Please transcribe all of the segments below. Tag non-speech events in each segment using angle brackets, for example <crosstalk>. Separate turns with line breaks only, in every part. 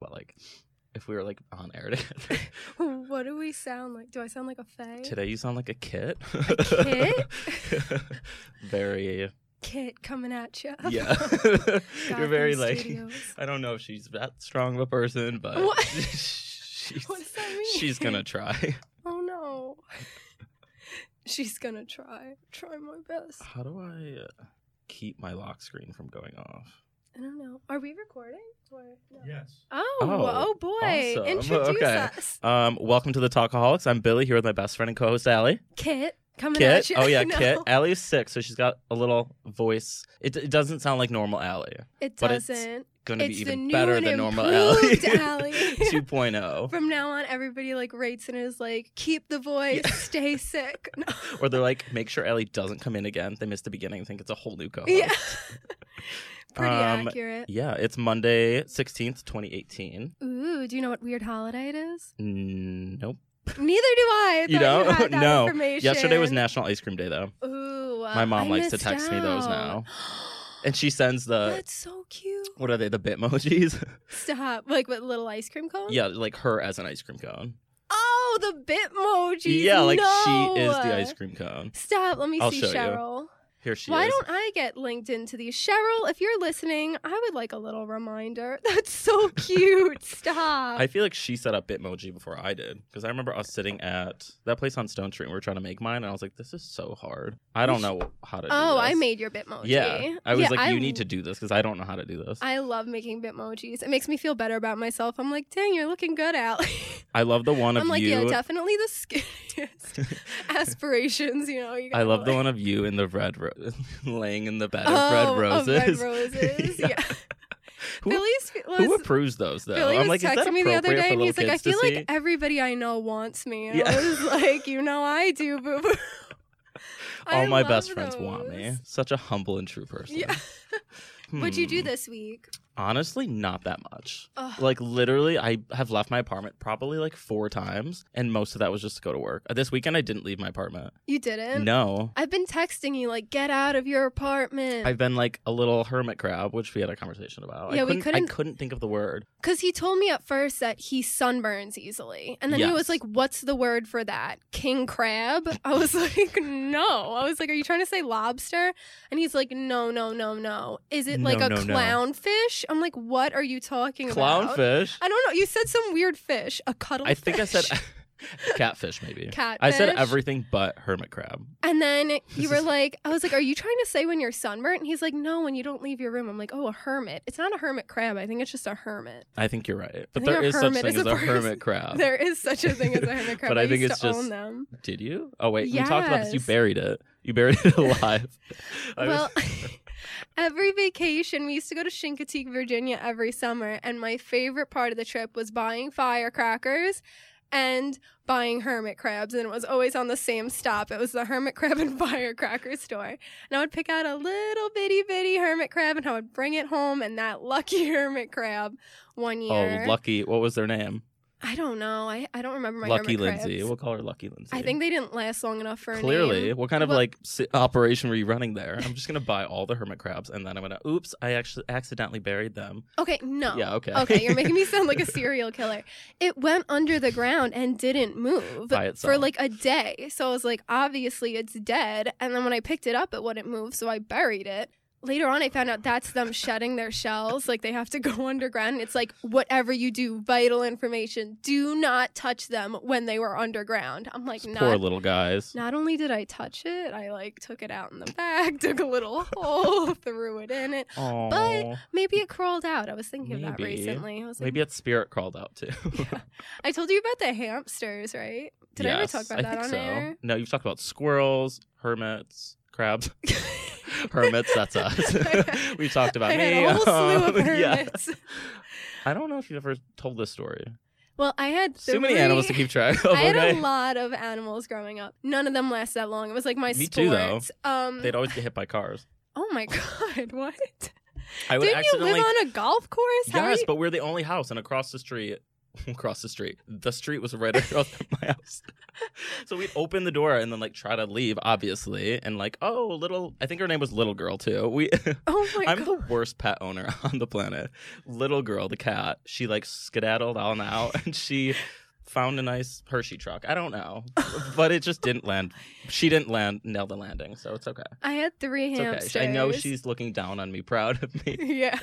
But like, if we were like on air <laughs>
<laughs>
together.
what do we sound like? Do I sound like a fae?
Today you sound like a kit.
kit?
<laughs>
<laughs>
very
Kit coming at you. <laughs>
yeah. <laughs> You're very like I don't know if she's that strong of a person, but
What?
<laughs> she's
What does that mean?
she's
<laughs>
gonna try.
Oh no. <laughs> She's gonna try. Try my best.
How do I uh, keep my lock screen from going off?
I don't know. Are we recording? Or no?
Yes.
Oh,
Oh,
oh boy.
awesome.
Introduce
Okay.
us.
Um, welcome to the Talkaholics. I'm Billy here with my best friend and co-host Allie.
Kit coming
Kit.
at you.
Oh yeah,
<laughs> No,
Kit. Allie is sick, so she's got a little voice. It, it doesn't sound like normal Allie.
It
but it's
doesn't.
Going to be
It's the
even
new
better
and
than normal Allie.
improved
<laughs>
Allie.
2.0.
From now on, everybody like rates and is like, keep the voice,
Yeah. <laughs>
stay sick. No. <laughs>
Or they're like, make sure Ellie doesn't come in again. They missed the beginning. I think it's a whole new co-host.
Yeah. Pretty
Um,
accurate.
Yeah, it's Monday, 16th, 2018.
Ooh, do you know what weird holiday it is?
Mm, Nope.
Neither do I. I
You
thought
don't?
had that
No.
information.
Yesterday was National Ice Cream Day, though.
Ooh, uh,
My mom
I
likes to
missed
text me those
out.
now. uh, And she sends the,
That's so cute.
what are they, the Bitmojis? <laughs>
Stop. Like with little ice cream cones?
yeah, like her as an ice cream cone.
Oh, the Bitmojis.
yeah, like
no.
she is the ice cream cone.
Stop. Let me
I'll
see
show you.
Cheryl.
Here she
Why
is.
don't I get linked into these? Cheryl, if you're listening, I would like a little reminder. <laughs> That's so cute. Stop.
I feel like she set up Bitmoji before I did because I remember us sitting at that place on Stone Street and we were trying to make mine, and I was like, "This is so hard. I don't know how to." do
oh, I
this."
made your Bitmoji.
Yeah, I was
Yeah,
like, "You need to do this because I don't know how to do this." I,
I love making Bitmojis. It makes me feel better about myself. I'm like, dang, you're looking good, Allie.
love the one of
I'm like,
you.
yeah, definitely the skinniest
<laughs>
aspirations. You know, you
I
gotta,
love the
like-
one of you in the red ro- <laughs> laying in the bed
Oh,
of red
of
roses. <laughs>
red roses.
Yeah.
yeah.
Who-
Billy's was,
Who approves those though?
Billy
I'm
was
like, is that
texting me the other
appropriate
day,
for
and
little
he's like, "I
kids to
feel like
see?"
everybody I know wants me." And
Yeah.
I
<laughs>
was like, "You know, I do, boo boo." I
all my
love
best friends want
those.
me. Such a humble and true person.
Yeah. What'd you do
Hmm.
this week?
Honestly, not that much.
Ugh.
Like literally, I have left my apartment probably like four times, and most of that was just to go to work. This weekend, I didn't leave my apartment.
you didn't.
no,
I've been texting you like, "Get out of your apartment,"
I've been like a little hermit crab, which we had a conversation about. I
Yeah, we
couldn't,
couldn't-
I couldn't think of the word.
because he told me at first that he sunburns easily, and then he
Yes.
was like, "What's the word for that? King crab?" <laughs> I was like, "No." I was like, "Are you trying to say lobster?" And he's like, "No, no, no, no. Is it like
No,
a
no, no.
clownfish?" I'm like, "What are you talking about?"
Clownfish.
<laughs> I don't know. You said some weird fish. A cuttlefish.
I think I said <laughs> catfish, maybe.
catfish.
I said everything but hermit crab.
And then you were like, I was like, are you trying to say when you're sunburnt? And he's like, no, when you don't leave your room. I'm like, oh, a hermit. It's not a hermit crab. I think it's just a hermit.
I think you're right, but
I think
there
a
is such
hermit
thing
is
as
a
a
person.
hermit crab.
There is such a thing
<laughs>
as a hermit crab.
Um, But I think
used
it's
to
just-
own them.
Did you? Oh wait, we talked about this. You
Yes.
buried it. You buried it <laughs> alive. I
Well, <laughs>
was-
every vacation, we used to go to Chincoteague, Virginia every summer. And my favorite part of the trip was buying firecrackers and buying hermit crabs. And it was always on the same stop. It was the hermit crab <laughs> and firecracker store. And I would pick out a little bitty bitty hermit crab and I would bring it home. And that lucky <laughs> hermit crab one year.
oh, Lucky. What was their name?
I don't know. I, I don't remember my
Lucky
hermit
Lindsay.
crabs.
We'll call her Lucky Lindsay.
I think they didn't last long enough for a
Clearly,
name.
what kind of
Well-
like si- operation were you running there? I'm just gonna buy all the hermit crabs, and then I'm gonna. Oops, I actually accidentally buried them.
Okay, no.
Yeah, okay.
Oh. Okay,
<laughs>
you're making me sound like a serial killer. It went under the ground and didn't move
By
for
itself.
like a day. So I was like, obviously it's dead. And then when I picked it up, it wouldn't move. So I buried it. Later on, I found out that's them shedding their shells. Like they have to <laughs> go underground. And it's like, whatever you do, vital information, do not touch them when they were underground. I'm like, not
Poor little guys.
not only did I touch it, I like took it out in the bag, <laughs> took a little hole, <laughs> threw it in it.
Aw.
Maybe it crawled out. I was thinking of that
Maybe.
recently. I was like,
Maybe its spirit crawled out too. <laughs>
I told you about the hamsters, right? Did I ever
Yes,
talk about that
think
on
so.
air?
No, you've talked about squirrels, hermits,
<laughs>
crabs. <laughs> hermits, that's us. <laughs> we talked about
I
me. <laughs>
had a whole slew
um,
of
yeah.
hermits.
I don't know if you've ever told this story.
Well, I had
Too many animals to
three-
keep track of.
<laughs> I had
okay?
a lot of animals growing up. None of them last that long. It was like my
Me
sports.
too, though.
Um,
They'd always get hit by cars.
oh my <laughs> god, what?
I would
Didn't you
accidentally.
live on a golf course? How are
yes,
you-
but we're the only house, and across the street <laughs> across the street. The street was right <laughs> across from my house. <laughs> so we'd open the door and then like try to leave, obviously, and like, oh, little. I think her name was Little Girl too. <laughs> We.
<laughs> Oh my
I'm
god. <laughs>
the worst pet owner <laughs> on the planet. Little girl, the cat, she like skedaddled on out <laughs> and she found a nice Hershey truck. I don't know, but it just didn't land. She didn't land, nail the landing, so it's okay.
I had three
It's
hamsters.
okay. I know
<laughs>
she's looking down on me, proud of me.
Yeah.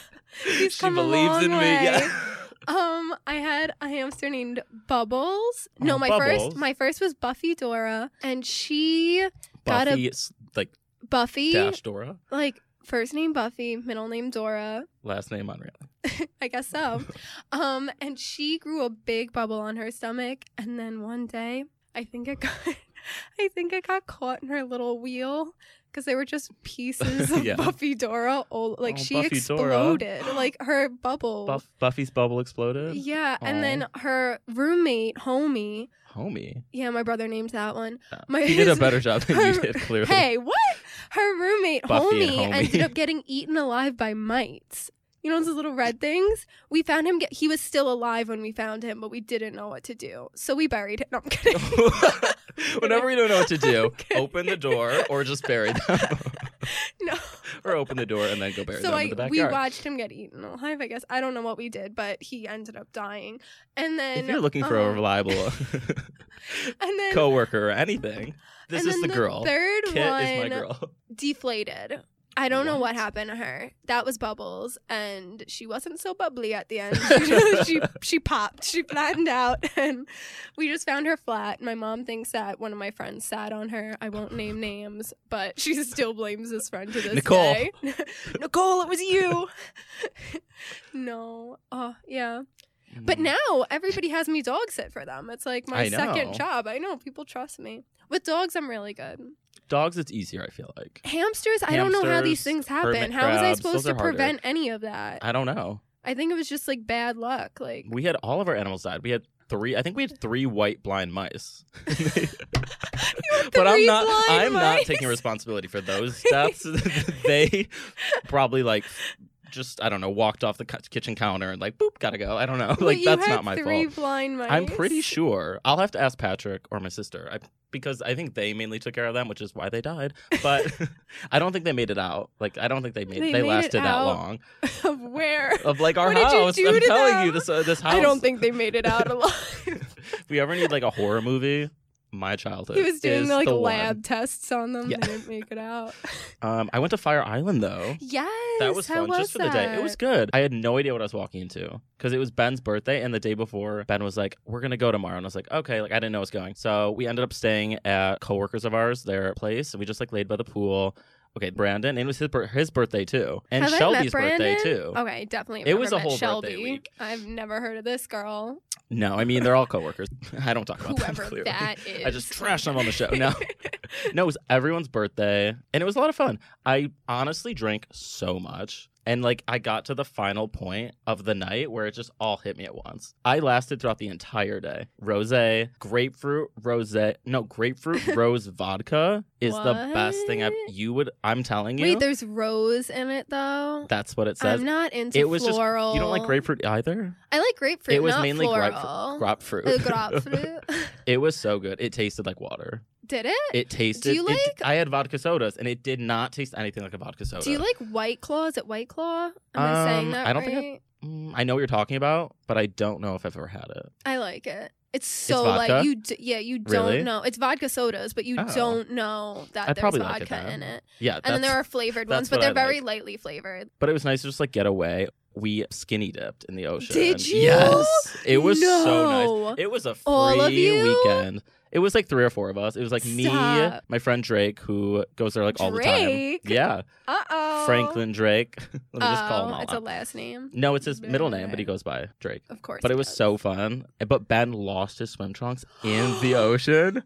He's
she
come a
believes
long
in me. <laughs>
way.
Yeah.
Um, I had a hamster named Bubbles. No,
Oh,
my
Bubbles.
first my first was Buffy Dora, and she Gotta-
Buffy, it's like
Buffy
Dash Dora,
like first name Buffy, middle name Dora.
last name Unreal.
I
<laughs>
guess so. um, and she grew a big bubble on her stomach, and then one day, I think it got, <laughs> I think it got caught in her little wheel because they were just pieces
<laughs>
of
Yeah.
Buffy Dora. Old, like
Oh,
she
Buffy Dora.
exploded, like her bubble.
Buff- Buffy's bubble exploded.
Oh. yeah,
Aw.
and then her roommate, homie. <laughs>
Homie,
Yeah, my brother named that one.
Yeah.
My
you did a better job than you
Her-
did. Clearly,
Hey, what? Her roommate,
Buffy and
homie,
Homie.
ended up getting eaten alive by mites. You know those little red things? We found him. Get, he was still alive when we found him, but we didn't know what to do, so we buried him. <laughs> No, I'm kidding.
<laughs> <laughs> Whenever you don't know what to do,
<laughs> Okay.
open the door or just bury them.
<laughs> No.
or open the door and then go bury
so
them
I,
in the
we
backyard.
watched him get eaten alive. I guess I don't know what we did, but he ended up dying. And then
if you're looking for a
um,
reliable uh,
<laughs> and then
coworker or anything, this
and
is
then
the girl.
Third
Kit
one
is my girl.
deflated. I don't know
What?
what happened to her. That was Bubbles, and she wasn't so bubbly at
<laughs>
the end. She she, she popped, she flattened out, <laughs> and we just found her flat. My mom thinks that one of my friends sat on her. I won't name names, but she still blames this friend to this
Nicole.
day. <laughs> Nicole, it was you. <laughs> no, oh yeah. But
Mm.
now everybody has me dog sit for them. It's like my
I know.
second job. I know people trust me. With dogs, I'm really good
dogs, it's easier. I feel like
hamsters, I don't know how these
Hamsters,
things happen.
hermit
How was I
crabs, those
supposed to
are harder.
prevent any of that?
I don't know.
I think it was just like bad luck. Like
We had all of our animals died. We had three. I think we had three white blind
<laughs>
mice. <laughs> but I'm
three
not.
blind
I'm not
mice?
taking responsibility for those
<laughs>
deaths. <laughs> they probably like just I don't know walked off the cu- kitchen counter and like boop gotta go. I don't know. <laughs> Like
Wait, you
that's
had
not my
three
fault.
blind mice.
I'm
<laughs>
pretty sure. I'll have to ask Patrick or my sister I, because I think they mainly took care of them, which is why they died. But <laughs> I don't think they made it out. Like I don't think they made
They
they,
made it
lasted that
out.
long.
of
<laughs>
where.
Of like our
What did you
house.
do
I'm
to
telling you
them?
this uh, this house.
I don't think they made it
<laughs>
out alive.
if we ever need like a horror movie, my childhood.
he was doing
is
like
the one.
lab tests on them.
Yeah.
They didn't make
<laughs>
it out.
Um, I went to Fire Island though.
Yes,
That was
how
fun just for the day.
that?
It was good. I had no idea what I was walking into because it was Ben's birthday, and the day before, Ben was like, "We're gonna go tomorrow," and I was like, "Okay." Like I didn't know it was going, so we ended up staying at coworkers of ours, their place, and we just like laid by the pool. Okay, Brandon, and it was his, bir- his birthday too, and
Have I met
Shelby's birthday
Brandon? Oh.
too.
Okay, definitely. have
It
never
was a
met
whole birthday
Shelby.
week.
I've never heard of this girl.
<laughs> No, I mean they're all coworkers. <laughs> I don't talk about
Whoever
them clearly.
that
<laughs>
is,
I just trash them on the show.
<laughs>
No. <laughs> no, it was everyone's birthday, and it was a lot of fun. I honestly drank so much. And like I got to the final point of the night where it just all hit me at once. I lasted throughout the entire day. Rosé, grapefruit, rosé, no,
<laughs>
grapefruit rose vodka is the best thing I've
What?
you would I'm telling you.
Wait, there's rose in it though.
that's what it says.
I'm not into
It was just- you
floral.
you don't like grapefruit either?
I like grapefruit.
it was
not
mainly grape-
floral.
Grapefruit.
Uh, grapefruit.
<laughs>
<laughs>
it was so good. It tasted like water.
Did it?
It tasted.
you
it-
like-
I had vodka sodas, and it did not taste anything like a vodka soda.
Do you like White Claw? Is it White Claw? Am I saying
Um,
that
I don't think I-
right?
Mm, I know what you're talking about, but I don't know if I've ever had it.
I like it. It's so
vodka?
like you. D- yeah, you don't
Really?
know. It's vodka sodas, but you
Oh.
don't know that
I'd
there's
probably
vodka
like it then.
in it.
Yeah,
And then there
that's-
are flavored
that's
ones, but
what
they're
I
very
like.
lightly flavored.
But it was nice to just like get away. We skinny dipped in the ocean.
Did you?
Yes, it was so nice.
No.
It was a free
All of you?
weekend. It was like three or four of us. It was like me,
Stop.
my friend Drake, who goes there like all
Drake?
the time. Yeah,
Uh oh.
Franklin Drake. <laughs> Let me just call him all.
It's a
out.
last name,
no, it's his
Yeah,
middle name, but
right.
he goes by Drake.
of course.
But
he
it was
does.
so fun. But Ben lost his swim trunks in
<gasps>
the ocean.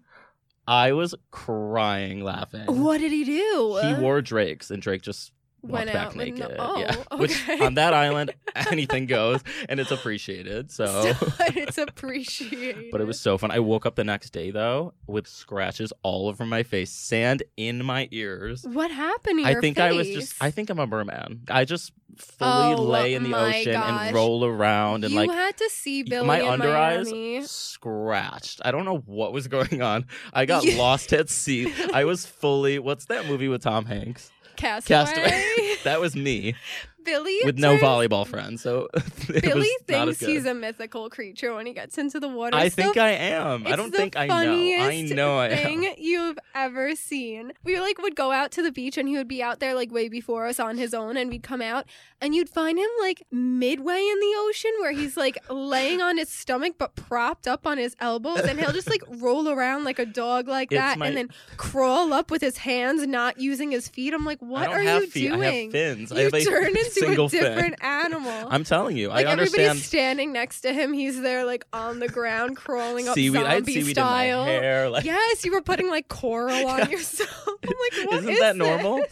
I was crying laughing.
What did he do?
He wore Drake's and Drake just walked
Went
back
out with
naked.
no- oh,
yeah. <laughs> Which
okay.
on that
<laughs>
island, anything goes and it's appreciated. So.
it's appreciated.
<laughs> But it was so fun. I woke up the next day though with scratches all over my face, sand in my ears.
What happened? To
I
your
think I was just
face?
I think I'm a merman. I just fully
Oh,
lay in the
my
ocean
gosh.
and roll around and
you
like
had to see
y-
Billy
my
in
under
Miami.
eyes scratched. I don't know what was going on. I got
Yeah.
lost at sea. I
<laughs>
was fully what's that movie with Tom Hanks?
Castaway.
Castaway. <laughs> that was me
Billy
with no
turns-
volleyball friends. So <laughs> it was
Billy
not as
thinks he's
good.
a mythical creature when he gets into the water.
I
so
think I am. I
It's
don't
the
think I know. I
funniest
know I am.
thing you've ever seen. We like would go out to the beach and he would be out there like way before us on his own and we'd come out and you'd find him like midway in the ocean where he's like laying on his stomach but propped up on his elbows and
<laughs>
he'll just like roll around like a dog like
It's
that
my-
and then crawl up with his hands not using his feet. I'm like, what
I don't
are
have
you
feet.
doing?
I have fins. I
You
have a <laughs>
turn into
single
a different animal.
fin. I'm telling you, <laughs>
Like
I
everybody's
understand
standing next to him, he's there like on the ground crawling up
seaweed. I had
zombie
seaweed
style.
in my hair. <laughs> Like,
Yes, you were putting like coral on yourself. <laughs> I'm like, what
isn't that
this?
normal?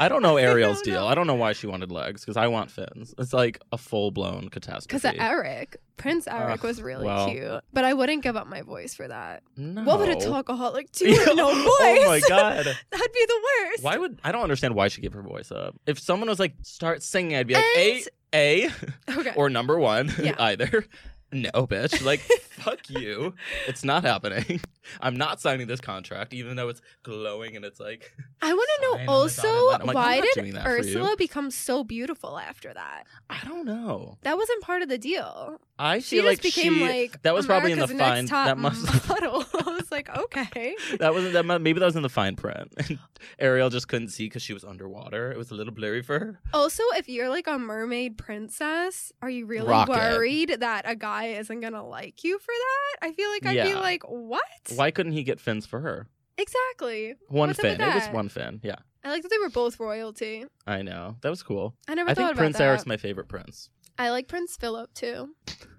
I don't know
<laughs> I don't
Ariel's deal.
know.
I don't know why she wanted legs because I want fins. It's like a full blown
Because
catastrophe.
Eric, Prince Eric,
Ugh,
was really
well.
cute, but I wouldn't give up my voice for that.
no.
What would a
<laughs>
talkaholic do with no voice? <laughs>
Oh my god.
That'd be the worst.
Why would I don't understand why she gave her voice up? If someone was like, start singing, I'd be like,
And-
A, A,
Okay.
or number one, <laughs>
Yeah.
either. No, bitch. Like, fuck
<laughs>
you. It's not happening. <laughs> I'm not signing this contract, even though it's glowing and it's like,
I want to
Sign on
know
the
also
dotted line. I'm like, I'm
why
not doing
did
that for you.
Ursula become so beautiful after that?
I don't know.
That wasn't part of the deal.
I
She
feel like
just became
she.
like
that was probably in the
America's next
fine-
Top
that must-
<laughs> model. I was like, okay.
<laughs> that wasn't that. mu- Maybe that was in the fine print. <laughs> And Ariel just couldn't see because she was underwater. It was a little blurry for her.
Also, if you're like a mermaid princess, are you really
Rock it.
worried that a guy isn't gonna like you for that? I feel like I'd be
Yeah.
like, what?
Why couldn't he get fins for her?
Exactly.
One
What's up with
fin. It was
that?
one fin. Yeah,
I like that they were both royalty.
I know. That was cool.
I never
I
thought
think
about
Prince
that.
Eric's my favorite prince.
I like Prince Philip too.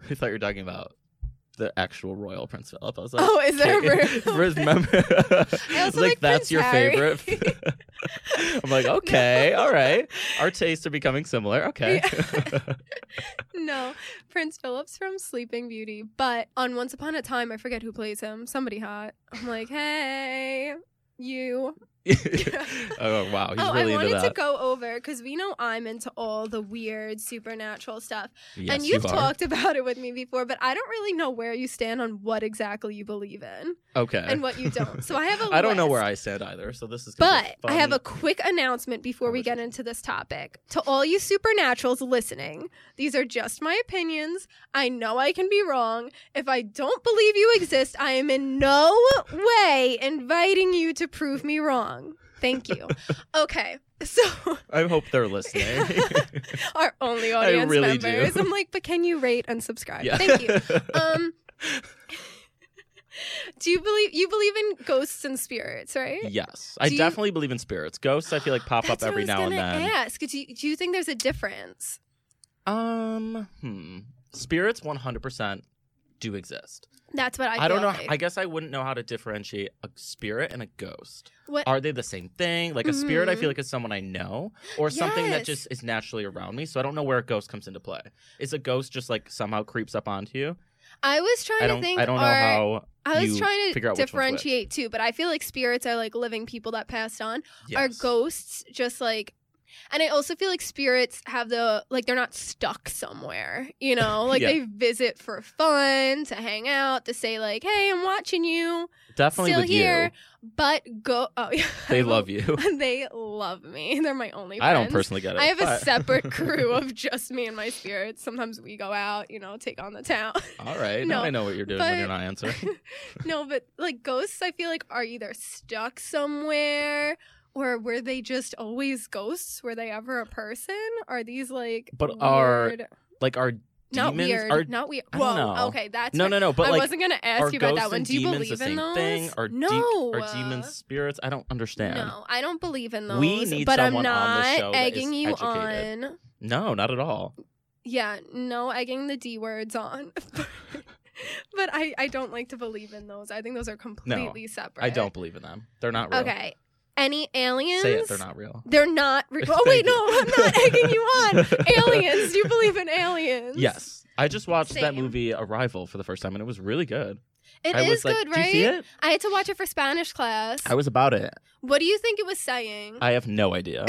I thought you were talking about the actual royal Prince Philip.
<laughs>
I was like,
Oh, is there a
okay. <laughs>
room?
For
<laughs>
his mem- I <laughs> was
also
like,
like
that's
Prince
your
Harry." <laughs>
favorite. <laughs> I'm like, okay, all right. Our tastes are becoming similar. Okay. <laughs>
no, Prince Philip's from Sleeping Beauty, but on Once Upon a Time, I forget who plays him. Somebody hot. I'm like, hey, you.
oh wow, he's
oh,
really
I
into
wanted
that.
to go over because we know I'm into all the weird supernatural stuff.
yes,
and you've
you are.
talked <laughs> about it with me before, but I don't really know where you stand on what exactly you believe in
Okay.
and what you don't. So I have a
Eh. <laughs> I don't know
list.
where I stand either, so this is. gonna be
But I have
fun.
a quick announcement before we get
Conversation.
into this topic. To all you supernaturals listening, these are just my opinions. I know I can be wrong. If I don't believe you exist, I am in no way inviting you to prove me wrong.
<laughs>
Thank you. Okay. So <laughs>
I hope they're listening.
our only
I
audience
really do.
members. I'm like, but can you rate and
<laughs>
subscribe?
yeah. <laughs>
Thank you. Um, <laughs> do you believe you believe in ghosts and spirits, right?
yes, I
do you-
definitely believe in spirits. Ghosts, I feel like pop up
That's what
every
I
now
was
and
gonna
then.
Ask, do you, do you think there's a difference?
Um, hmm. Spirits 100% do exist.
That's what I.
I, don't
feel
know.
Like.
I guess I wouldn't know how to differentiate a spirit and a ghost.
What-
Are they the same thing? Like a spirit, I
Mhm.
feel like is someone I know, or something that
Yes.
just is naturally around me. So I don't know where a ghost comes into play. Is a ghost just like somehow creeps up onto you?
I was trying
I
to
don't.
think.
I don't know
are-
how.
I was
you
trying
figure
to
out which one's which.
differentiate too, but I feel like spirits are like living people that passed on. Are
Yes.
ghosts just like? And I also feel like spirits have the like they're not stuck somewhere,
<laughs>
you know, like
Yeah.
they visit for fun, to hang out, to say like, "Hey, I'm watching you."
definitely
still
with
here,
you?
but go. Oh, <laughs> yeah.
They love
<laughs>
you. <laughs>
they love me. <laughs> They're my only.
I don't
friends.
personally get it.
I have a
but- <laughs>
separate crew of just me and my spirits. Sometimes we go out, you know, take on the town.
All right.
No,
now I know what you're doing when you're
but-
not answering.
<laughs> no, but like ghosts, I feel like are either stuck somewhere or were they just always ghosts? Were they ever a person? Are these like
But are
weird-
Like our
not
demons
weird?
are-
not weird.
I
Whoa.
don't know.
Okay, that's
no,
what-
no, no. But
I
like
wasn't gonna ask
are
you about
ghosts
that one.
and
Do you
demons
believe
the
in
same
those?
thing? Are, de-
no. uh.
are demons spirits? I don't understand.
No, I don't believe in those.
We need
but I'm
someone on
not
the show that is
egging you
educated.
on.
No, not at all.
Yeah, no egging the D words on. <laughs> but I, I don't like to believe in those. I think those are completely separate.
I don't believe in them. They're not real.
Okay. any aliens.
Say it, they're not real.
They're not.
<laughs>
Re- oh
Thank
wait, no,
you.
I'm not egging
<laughs>
you on. aliens. Do you believe in aliens?
Yes. I just watched that
Same.
movie Arrival for the first time and it was really good.
it is
I was like,
good,
Do
right?
you see it?
I had to watch it for Spanish class.
I was about it.
what do you think it was saying?
I have no idea.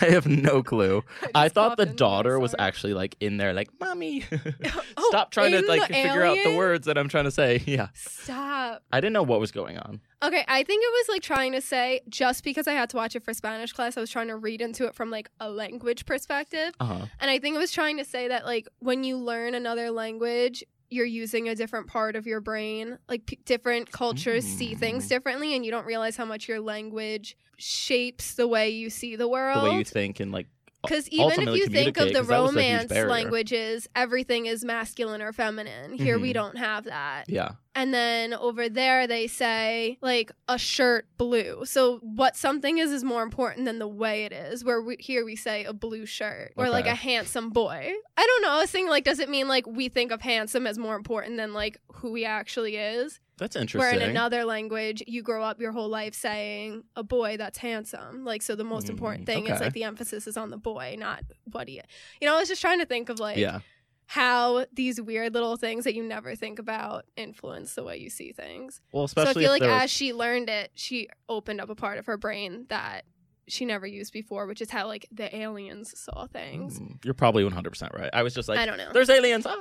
I have no clue.
<laughs> just
I thought
popped
the
in. I'm
daughter was
sorry.
actually like in there like, "Mommy, <laughs>
<laughs> Oh,
stop trying
in
to
the
like figure out the
alien?
words that I'm trying to say." <laughs> Yeah.
Stop.
I didn't know what was going on.
Okay, I think it was like trying to say just because I had to watch it for Spanish class, I was trying to read into it from like a language perspective.
Uh-huh.
And I think it was trying to say that like when you learn another language, you're using a different part of your brain. Like p- different cultures see things
Mm.
differently, and you don't realize how much your language shapes the way you see the
The
world.
way you think and like
Because even if
ultimately
you think of
communicate,
the
'cause that was a huge
romance
barrier.
languages, everything is masculine or feminine. Here we
Mhm.
don't have that.
yeah.
And then over there they say like a shirt blue. So what something is is more important than the way it is. Where we, here we say a blue shirt or like
Okay.
a handsome boy. I don't know. I was thinking like, does it mean like we think of handsome as more important than like who he actually is?
That's
Where
interesting.
in another language you grow up your whole life saying a boy that's handsome. Like so the most important
Mm,
thing is
okay.
like the emphasis is on the boy, not what he. You know, I was just trying to think of like
yeah.
how these weird little things that you never think about influence the way you see things.
Well, especially
so I feel
if
like
there was-
as she learned it, she opened up a part of her brain that she never used before, which is how like the aliens saw things.
Mm, You're probably 100% right. I was just
I
like,
don't know.
there's aliens.
<laughs>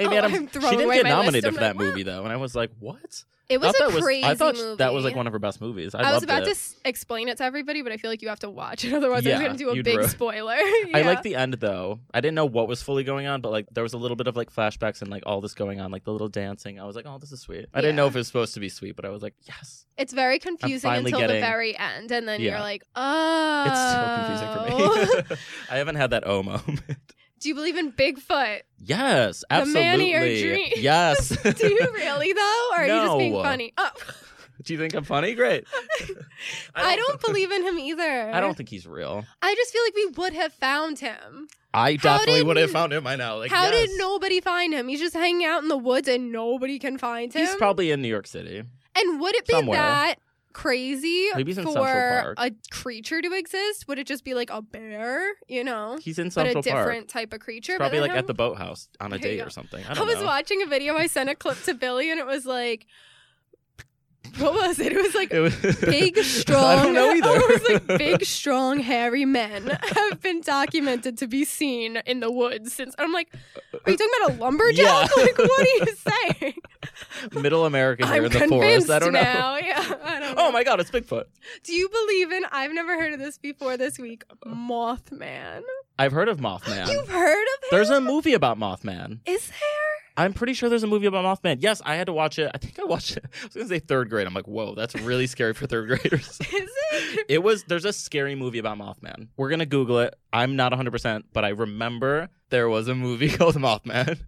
Ah. Amy
Oh, I'm
Adams,
throwing
she didn't
away
get
my list.
nominated
I'm
for
like,
that movie though, and I was like, what?
It was
I
a
thought that
crazy
I thought
movie.
that was like one of her best movies. I,
I, was
loved
about
it.
to s- explain it to everybody, but I feel like you have to watch it. <laughs> Otherwise, I'm
Yeah,
going to do a
you'd <laughs>
big
ru-
spoiler.
I like the end though. I didn't know what was fully going on, but like there was a little bit of like flashbacks and like all this going on, like the little dancing. I was like, oh, this is sweet. I didn't know
Yeah.
if it was supposed to be sweet, but I was like, yes.
It's very confusing
finally
until the
getting-
very end, and then you're
Yeah.
like, oh.
It's so <laughs> confusing
<laughs>
for me. I haven't had that oh moment. <laughs>
do you believe in Bigfoot?
Yes,
The man of
absolutely.
your dreams.
Yes.
<laughs> Do you really though, or are you just being
No.
funny? Oh,
<laughs> Do you think I'm funny?
<laughs>
Great.
I don't believe in him either.
I don't think he's real.
I just feel like we would have found him.
I
How
definitely
did-
would have found him by now. Like,
How
yes.
did nobody find him? He's just hanging out in the woods and nobody can find him.
He's probably in New York City.
and would it be
somewhere.
that crazy
Maybe he's in Central
for
Park.
a creature to exist? Would it just be like a bear, you know,
He's in
but a
Central Park.
different type of creature?
He's
But
probably
then
like
how-
at the boathouse on a
There you
date
go.
or something. I
I,
don't
was
know.
watching a video. I sent a clip to Billy, and it was like, <laughs> what was it? It was
<laughs>
like
It was-
big
<laughs>
strong
I don't
<laughs>
know either.
was like big strong hairy men
<laughs>
have been documented to be seen in the woods since I'm like are you talking about a lumberjack?
Yeah.
<laughs> Like what
<laughs>
are you saying?
<laughs> Middle American here
I'm
in the forest. I don't know.
now. <laughs> Yeah. I don't
<laughs>
know.
Oh my god, it's Bigfoot.
Do you believe in I've never heard of this before this week, Mothman.
I've heard of Mothman.
You've heard of him?
There's a movie about Mothman.
Is there?
I'm pretty sure there's a movie about Mothman. Yes, I had to watch it. I think I watched it. <laughs> I was gonna say third grade. I'm like, whoa, that's really scary for third graders.
<laughs> Is it?
<laughs> It was there's a scary movie about Mothman. We're gonna Google it. I'm not 100, percent but I remember there was a movie <laughs> called Mothman.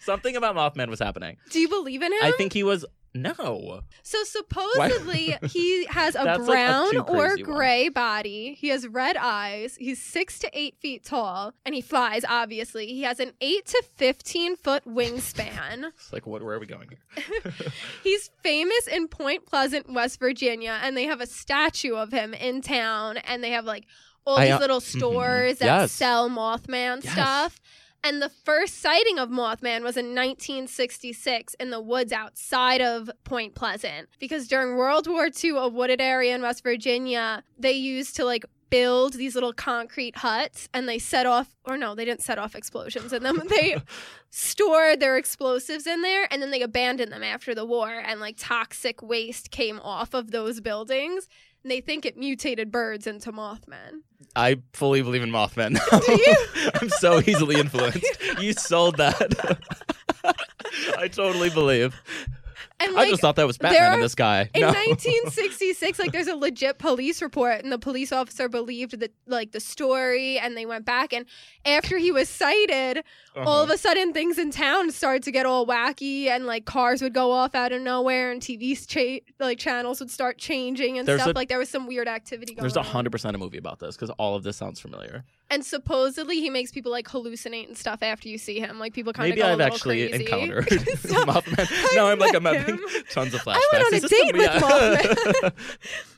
Something about Mothman was happening.
Do you believe in him?
I think he was no. <laughs>
So supposedly he has a
That's, like, a
brown
too
or
crazy one.
gray body. He has red eyes. He's six to eight feet tall, and he flies. Obviously, he has an eight to fifteen foot wingspan.
<laughs> It's like what? Where are we going here?
He's famous in Point Pleasant, West Virginia, and they have a statue of him in town. And they have like all
I,
these
uh,
little stores that
Yes.
sell Mothman
Yes.
stuff. And the first sighting of Mothman was in 1966 in the woods outside of Point Pleasant. Because during World War II, a wooded area in West Virginia, they used to like build these little concrete huts and they set off, or no, they didn't set off explosions in them. <laughs>
<laughs>
They stored their explosives in there and then they abandoned them after the war and like toxic waste came off of those buildings and they think it mutated birds into mothmen
<laughs> I fully believe in Mothman. Now.
<laughs> Do you?
<laughs> I'm so easily influenced. You sold that. <laughs> I totally believe.
and
I
like
just thought that was
there
Batman in
are-
this guy.
in
no.
<laughs> 1966
<laughs>
like there's a legit police report and the police officer believed that like the story and they went back and after he was cited all of
Uh-huh.
a sudden things in town started to get all wacky and like cars would go off out of nowhere and TV cha- like channels would start changing and
There's
stuff
a-
like there was some weird activity going
There's
on.
hundred percent a movie about this because all of this sounds familiar.
And supposedly he makes people like hallucinate and stuff after you see him. Like people kind of
Maybe
go a
I've
little
actually
crazy.
encountered <laughs>
Stop. <laughs>
Mothman. No, I'm like I'm
met
having
him.
tons of flashbacks.
I went on a
Is this the-
date with
yeah. <laughs>
Mothman. <laughs>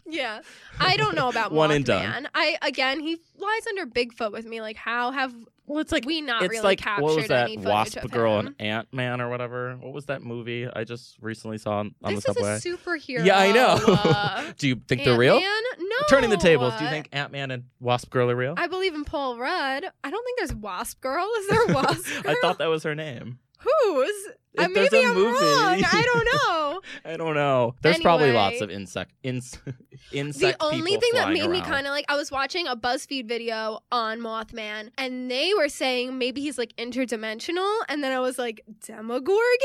Yeah. I don't know about
One
Mothman.
and done.
I again, he lies under Bigfoot with me. Like, how have
well, it's like
we not
it's
really
like
captured
what was that
any footage
Wasp
of
Girl
him?
and Ant Man or whatever? What was that movie I just recently saw on, on
this
the
is
subway?
a superhero.
yeah, I know. <laughs>
uh,
Do you think they're real?
Ant-Man? No.
Turning the tables. Do you think Ant Man and Wasp Girl are real?
I believe in Paul Rudd. I don't think there's Wasp Girl. Is there Wasp Girl?
<laughs> I thought that was her name.
Who's? Uh,
If there's
maybe
a
I'm
movie.
wrong. I don't know.
<laughs> I don't know. There's probably
Anyway.
lots of insect ins- <laughs> insect.
the only
people
thing that
flying
made me
around.
kind of like I was watching a BuzzFeed video on Mothman, and they were saying maybe he's like interdimensional, and then I was like Demogorgon,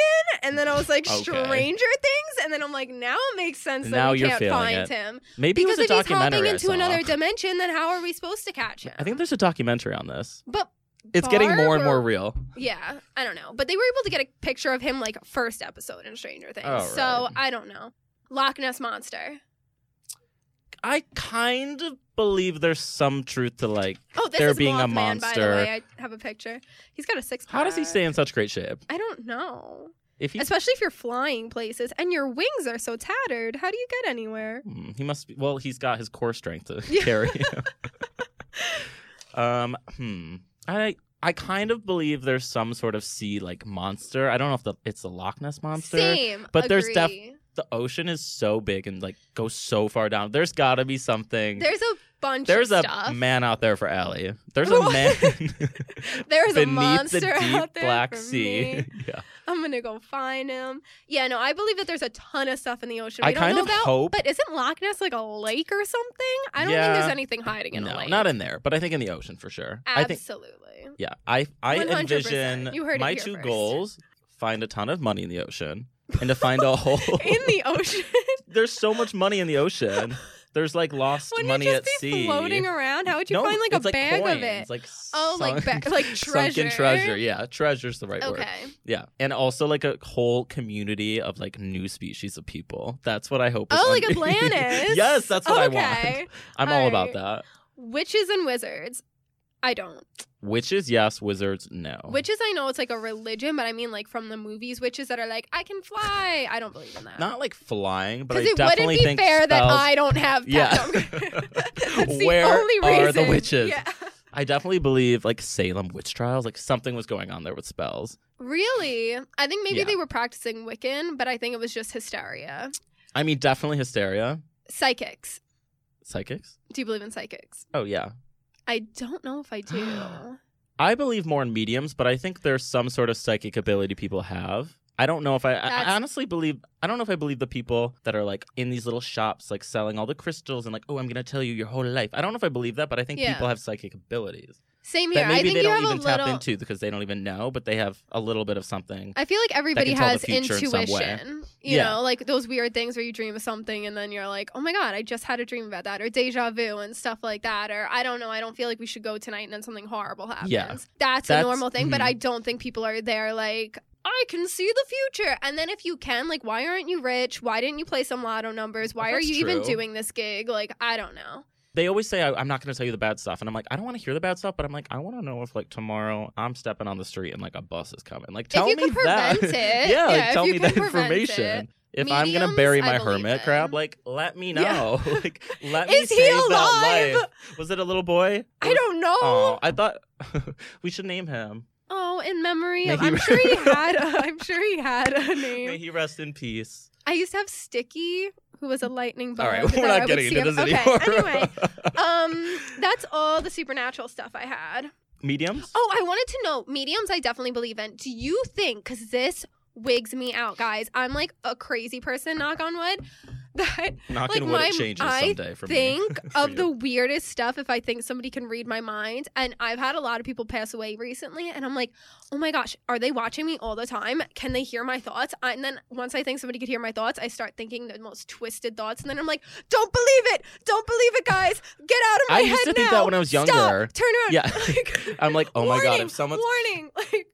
and then I was like
<laughs> Okay.
Stranger Things, and then I'm like now it makes sense that
Now
we
you're
can't
feeling
find
it.
him
maybe
because
it was
if
a
he's hopping
documentary I
into
saw.
another dimension, then how are we supposed to catch him?
I think there's a documentary on this.
but
It's getting more and
Barb
more
or-
real.
yeah, I don't know. But they were able to get a picture of him like first episode in Stranger Things,
Oh,
so
right.
I don't know. Loch Ness monster.
I kind of believe there's some truth to like.
Oh, this
there
is
being a
Mothman, By the
monster.
way, I have a picture. He's got a six.
How does he stay in such great shape?
I don't know.
If he
Especially if you're flying places and your wings are so tattered. How do you get anywhere?
Hmm, he must be. Well, he's got his core strength to
Yeah.
carry.
<laughs>
him. um, hmm. I I kind of believe there's some sort of sea like monster. I don't know if the, it's the Loch Ness monster.
Same.
but there's
agree.
def- The ocean is so big and like goes so far down. There's got to be something.
there's a bunch
There's
of
a
stuff.
man out there for Allie. There's a man
<laughs>
<laughs>
there's a
beneath
monster
the deep
out there
Black
for
Sea.
me.
<laughs> yeah.
I'm gonna go find him. Yeah, no, I believe that there's a ton of stuff in the ocean. We
I
don't
kind
know
of
about,
hope-
But isn't Loch Ness like a lake or something? I don't
Yeah.
think there's anything hiding in a
No,
lake.
not in there, but I think in the ocean for sure. I think
Absolutely.
Yeah, I I
100%.
envision
You heard it
my
here
two
first.
goals: find a ton of money in the ocean, and to find
<laughs>
a whole.
in the ocean.
<laughs> There's so much money in the ocean. There's like lost
Wouldn't
money
it just
at
be
sea.
floating around? How would you
no,
find like
it's
a bag
coins,
of it?
Like
Oh, like
sunk- <laughs>
ba- like
sunken treasure. Yeah, treasure's the right word.
Okay.
Yeah, and also like a whole community of like new species of people. That's what I hope. is
Oh,
<laughs>
like
under-
Atlantis.
yes, that's what I
Okay.
want. I'm all about
Alright.
that.
Witches and wizards. I don't.
Witches, yes. Wizards, no.
Witches, I know it's like a religion, but I mean like from the movies, witches that are like, I can fly. I don't believe in that.
not like flying, but I
Because it
definitely
wouldn't be
think
fair that
spells-
I don't have.
<laughs>
pet-
Yeah.
No, I'm- <laughs> That's the
Where
only
are the
reason.
witches?
Yeah.
I definitely believe like Salem witch trials, like something was going on there with spells.
Really? I think maybe
Yeah.
they were practicing Wiccan, but I think it was just hysteria.
I mean, definitely hysteria,
Psychics.
psychics.
Do you believe in psychics?
Oh yeah,
I don't know if
<gasps>
I do. <gasps>
I believe more in mediums, but I think there's some sort of psychic ability people have. I don't know if I, I,
That's-
I honestly believe I don't know if I believe the people that are like in these little shops like selling all the crystals and like oh I'm gonna tell you your whole life. I don't know if I believe that, but I think
Yeah.
people have psychic abilities
Same here.
that
I
maybe
think
they
you
don't
have
even
a
tap
little.
into because they don't even know, but they have a little bit of something.
I feel like everybody
tell the
has
future in some way.
intuition. You
Yeah.
know, like those weird things where you dream of something and then you're like, oh my God, I just had a dream about that, or deja vu and stuff like that, or I don't know, I don't feel like we should go tonight and then something horrible happens.
Yeah.
That's, a
That's-
normal thing, but
mhm.
I don't think people are there like, I can see the future. And then if you can, like, why aren't you rich? Why didn't you play some lotto numbers? Why are
That's
you even
true.
doing this gig? Like, I don't know.
they always say I, I'm not going to tell you the bad stuff, and I'm like, I don't want to hear the bad stuff, but I'm like, I want to know if like tomorrow I'm stepping on the street and like a bus is coming. Like, tell
you
me
could
that. <laughs>
prevent it.
yeah, like,
Yeah, if
tell
you
me
can
that
prevent
information. If I'm gonna
Mediums,
bury
I
my
believe
hermit
in.
crab, like let me
Yeah.
know. <laughs> like let
Is
me
he
save that
alive?
life. Was it a little boy?
I don't know.
Oh, I thought <laughs> we should name him.
Oh, in memory of,
May he
I'm
re-
sure
<laughs>
he had a, I'm sure he had a
May
name.
he rest in peace.
I used to have Sticky, who was a lightning bug.
All right, <laughs>
that
we're
I
not
would
getting
see
into
him-
this
okay.
anymore.
Anyway, um, that's all the supernatural stuff I had.
<laughs> mediums.
Oh, I wanted to know mediums. I definitely believe in. Do you think? Because this wigs me out, guys. I'm like a crazy person. Knock on wood. <laughs> That
Knocking wood,
like my-
it changes
I
someday for me. <laughs>
think
For
of
you.
the weirdest stuff if I think somebody can read my mind. And I've had a lot of people pass away recently, and I'm like, oh my gosh, are they watching me all the time? Can they hear my thoughts? And then once I think somebody could hear my thoughts, I start thinking the most twisted thoughts, and then I'm like, don't believe it, don't believe it, guys, get out of my
I
head
used to
now.
think that when I was
Stop.
younger.
turn around.
Yeah.
<laughs> Like,
I'm like, <laughs> oh my god,
warning, <laughs>
if someone's
warning, like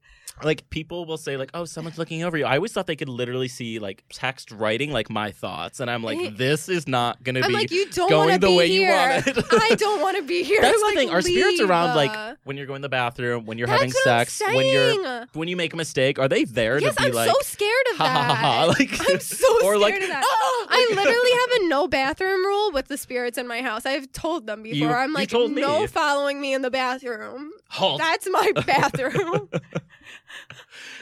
like people will say like oh someone's looking over you i always thought they could literally see like text writing like my thoughts and i'm like this is not gonna
Eh, I'm
be
like, you don't
going
want to
the
be
way
here.
you want it
<laughs>
<laughs>
I don't want to be here.
that's
like,
the thing our spirits
leave.
around like when you're going to the bathroom when you're
That's
having
what I'm
sex when you're
saying.
when you make a mistake are they there
Yes,
to be
I'm
like
so scared of
ha
that.
ha ha ha <laughs> like
I'm so
or
scared
like
of that.
"Ah!"
I
Like- <laughs>
literally have a no bathroom rule with the spirits in my house. I've told them before.
You-
I'm
you
like,
told me.
no following me in the bathroom.
halt
That's
<laughs>
my bathroom.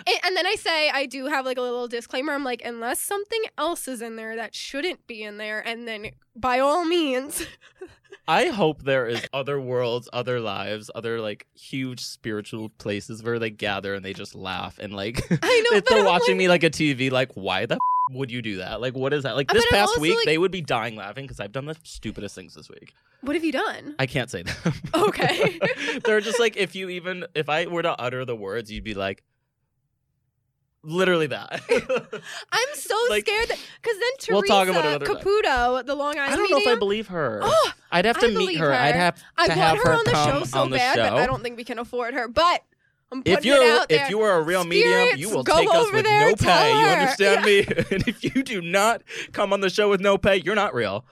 and, and then I say, I do have like a little disclaimer. I'm like, unless something else is in there that shouldn't be in there, and then by all means, <laughs>
I hope there is other worlds, other lives, other like huge spiritual places where they gather and they just laugh and like
I
<laughs>
know.
if
but
they're
I'm
watching
like-
me like a TV, like why the f- would you do that? Like what is that? Like
Uh,
this
but I'm
past
also,
week,
like-
they would be dying laughing because I've done the stupidest things this week.
What have you done?
I can't say them.
<laughs> Okay.
<laughs> they're just like if you even if I were to utter the words, you'd be like literally that. <laughs>
I'm so
Like-
scared that because then Teresa
We'll talk about it another time.
Caputo, the Long Island
I don't know if I
medium-
believe her.
<gasps> Oh,
I'd have
I
to meet
believe
her. I'd
her.
have to
I
have
want her on the
come
show so
on the
bad,
show.
but I don't think we can afford her. But I'm putting
if you're
it out there.
if you are a real medium,
Spirits,
you will
go
take us
over
with
there,
no
tell
pay. You
her.
understand me? <laughs> and if you do not come on the show with no pay, you're not real.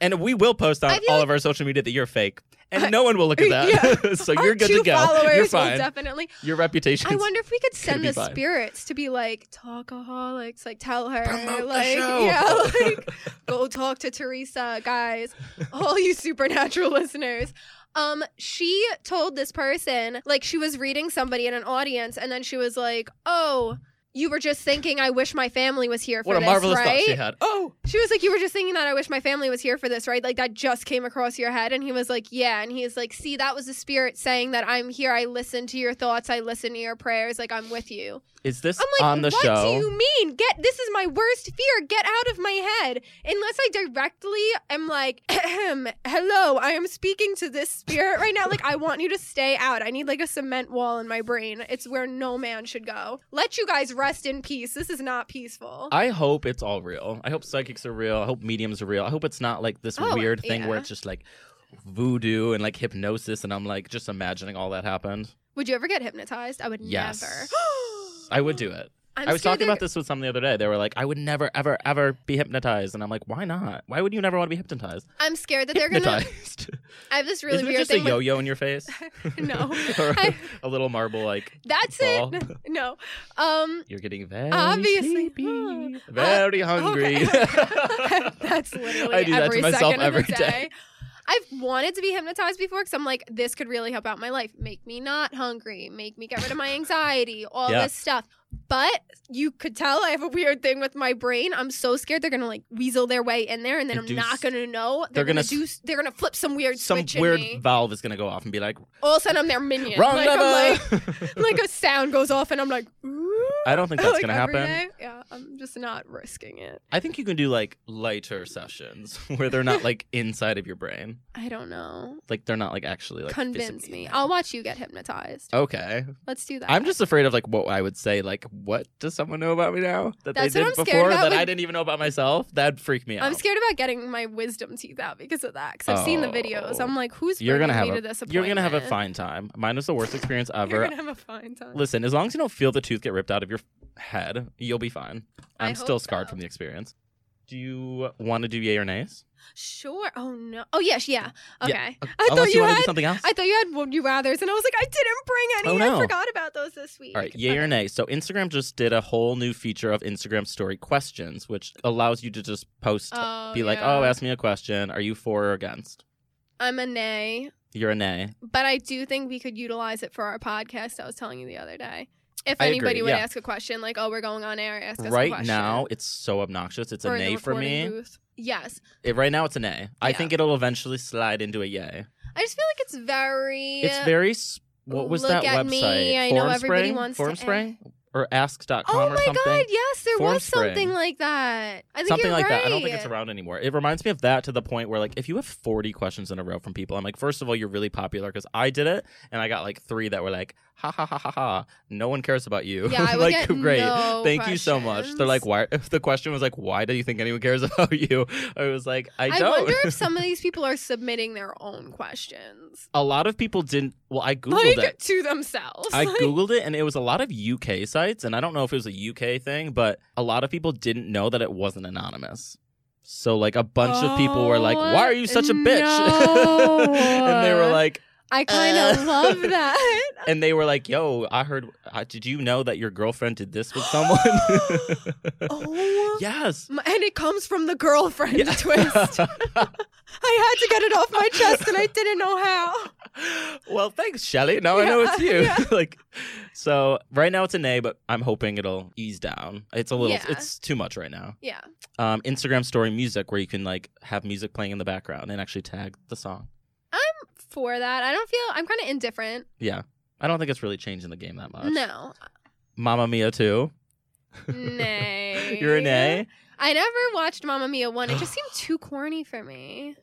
And we will post on
I feel
all
like-
of our social media that you're fake, and
I-
no one will look
<laughs>
at that. <laughs> so
Our
you're good
two
to go.
Followers
You're
Will
fine.
definitely.
Your reputation. <laughs>
I wonder if we could send
be
the
fine.
spirits to be like talkaholics, like tell her,
Promote the
like
show. <laughs>
yeah, like go talk to Teresa, guys, all you supernatural <laughs> listeners. Um, she told this person like she was reading somebody in an audience, and then she was like, "Oh, you were just thinking I wish my family was here for
what a
this,
marvelous
right?"
thought she had. Oh,
She was like, You were just thinking that I wish my family was here for this, right? Like, that just came across your head. And he was like, Yeah. And he is like, See, that was the spirit saying that I'm here. I listen to your thoughts. I listen to your prayers. Like, I'm with you.
is this
I'm like,
on the
What
show?
do you mean? Get this is my worst fear. Get out of my head. Unless I directly am like, "Ahem, Hello, I am speaking to this spirit right now. Like, I want you to stay out. I need like a cement wall in my brain. It's where no man should go. Let you guys rest in peace. This is not peaceful.
I hope it's all real. I hope psychics are real. I hope mediums are real. I hope it's not like this
Oh,
weird thing where
yeah.
it's just like voodoo and like hypnosis, and I'm like just imagining all that happened.
Would you ever get hypnotized? I would
Yes.
never. <gasps>
I would do it.
I'm
i was
scared
talking
that-
about this with someone the other day. They were like, I would never, ever, ever be hypnotized. And I'm like, why not? Why would you never want to be hypnotized?
I'm scared that they're gonna.
Hypnotized.
<laughs> I have this really
Isn't it
weird
just a
thing.
yo yo in your face?
with- <laughs> no,
<laughs> or
I-
a little marble, like,
<laughs> that's
Ball.
it. No, um,
you're getting very
Obviously. Oh,
sleepy,
Huh.
very
<laughs>
hungry. <laughs>
that's literally
I do that
every
to myself
second
every
of the
day.
I've wanted to be hypnotized before because I'm like, this could really help out my life. Make me not hungry. Make me get rid of my anxiety. All
Yeah.
this stuff. But you could tell I have a weird thing with my brain. I'm so scared they're gonna like weasel their way in there, and then
Induce-
I'm not gonna know.
They're
They're,
gonna
gonna,
s-
do. They're gonna flip some weird
Some
switch in
weird
me.
valve is going to go off and be like,
all of a sudden I'm their minion.
wrong
like, I'm like,
lever.
<laughs> like a sound goes off and I'm like, ooh.
I don't think that's
<laughs> like
going to
every
happen.
day. Yeah, I'm just not risking it.
I think you can do like lighter sessions <laughs> where they're not like inside of your brain.
I don't know.
Like they're not like actually like
Convince
physically
me.
in there.
I'll watch you get hypnotized.
Okay.
Let's do that.
I'm just afraid of like what I would say. Like, what does someone know about me now that
That's
they
what
did
I'm scared
before
about
that I
with-
didn't even know about myself? That'd freak me out.
I'm scared about getting my wisdom teeth out because of that. Because I've seen the videos.
Oh.
I'm like, who's
You're gonna
bringing
have
me
a-
to this
You're gonna have a
appointment?
fine time. Mine was the worst experience
<laughs> You're
ever.
gonna have a fine time.
Listen, as long as you don't feel the tooth get ripped out of your head, you'll be fine.
I
I'm still
hope
scarred
so.
from the experience. Do you want to do yay or nays?
Sure. Oh no. Oh yes. Yeah.
Yeah.
Okay. I
Unless
thought
you
you
wanna do
had.
something else.
I thought you had would you rather's, and I was like, I didn't bring any.
Oh, no.
I forgot about those this week.
All right, yay or
Okay.
nay. So Instagram just did a whole new feature of Instagram story questions, which allows you to just post,
Oh,
be like,
yeah.
"Oh, ask me a question. Are you for or against?"
I'm a nay.
You're a nay.
but I do think we could utilize it for our podcast. I was telling you the other day. If
I
anybody
agree,
would
yeah.
ask a question, like, "Oh, we're going on air," ask us a
right
question.
now it's so obnoxious it's a
Or in the
nay for
recording
me
booth. Yes,
it, right now it's a nay i
Yeah.
think it'll eventually slide into a yay
I just feel like it's very.
it's very s- what was
Look
that
at
website
me, I know
Form
everybody
Spring?
wants to
Form Spring? or ask.com
oh
or
my
something
god! Yes, there
Form
was something
spring.
like that. I think
Something
you're
like
right.
that. I don't think it's around anymore. It reminds me of that to the point where, like, if you have 40 questions in a row from people, I'm like, first of all, you're really popular because I did it and I got like three that were like, ha ha ha ha ha. No one cares about you.
Yeah,
<laughs>
I would
like
get
great.
no
Thank you so much. They're like,
questions.
why? <laughs> If the question was like, why do you think anyone cares <laughs> about you? I was like, I
I
don't.
wonder if some of these people are submitting their own questions,
<laughs> a lot of people didn't. Well, I googled
like
it.
to themselves. <laughs>
I
Like,
googled it, and it was a lot of UK sites, and I don't know if it was a UK thing, but a lot of people didn't know that it wasn't anonymous. So like a bunch of people were like,
Oh,
"Why are you such a bitch?" <laughs>
no.
and they were like,
I kind of
<laughs> Uh.
love that.
and they were like, "Yo, I heard. Uh, did you know that your girlfriend did this with
<gasps>
someone?"
Oh,
<laughs> yes.
my- and it comes from the girlfriend
Yeah.
twist. I had to get it off my chest, and I didn't know how.
<laughs> well, thanks, Shelly. Now I know
Yeah,
it's you.
<laughs> yeah.
<laughs> like, so right now it's an A, but I'm hoping it'll ease down. It's a little.
Yeah.
It's too much right now.
Yeah,
Um, Instagram story music where you can like have music playing in the background and actually tag the song.
for that, I don't feel. I'm kind of indifferent.
I don't think it's really changing the game that much. <laughs>
No,
Mamma Mia too.
nay.
You're an A.
I never watched Mamma Mia one. It just seemed too corny for me.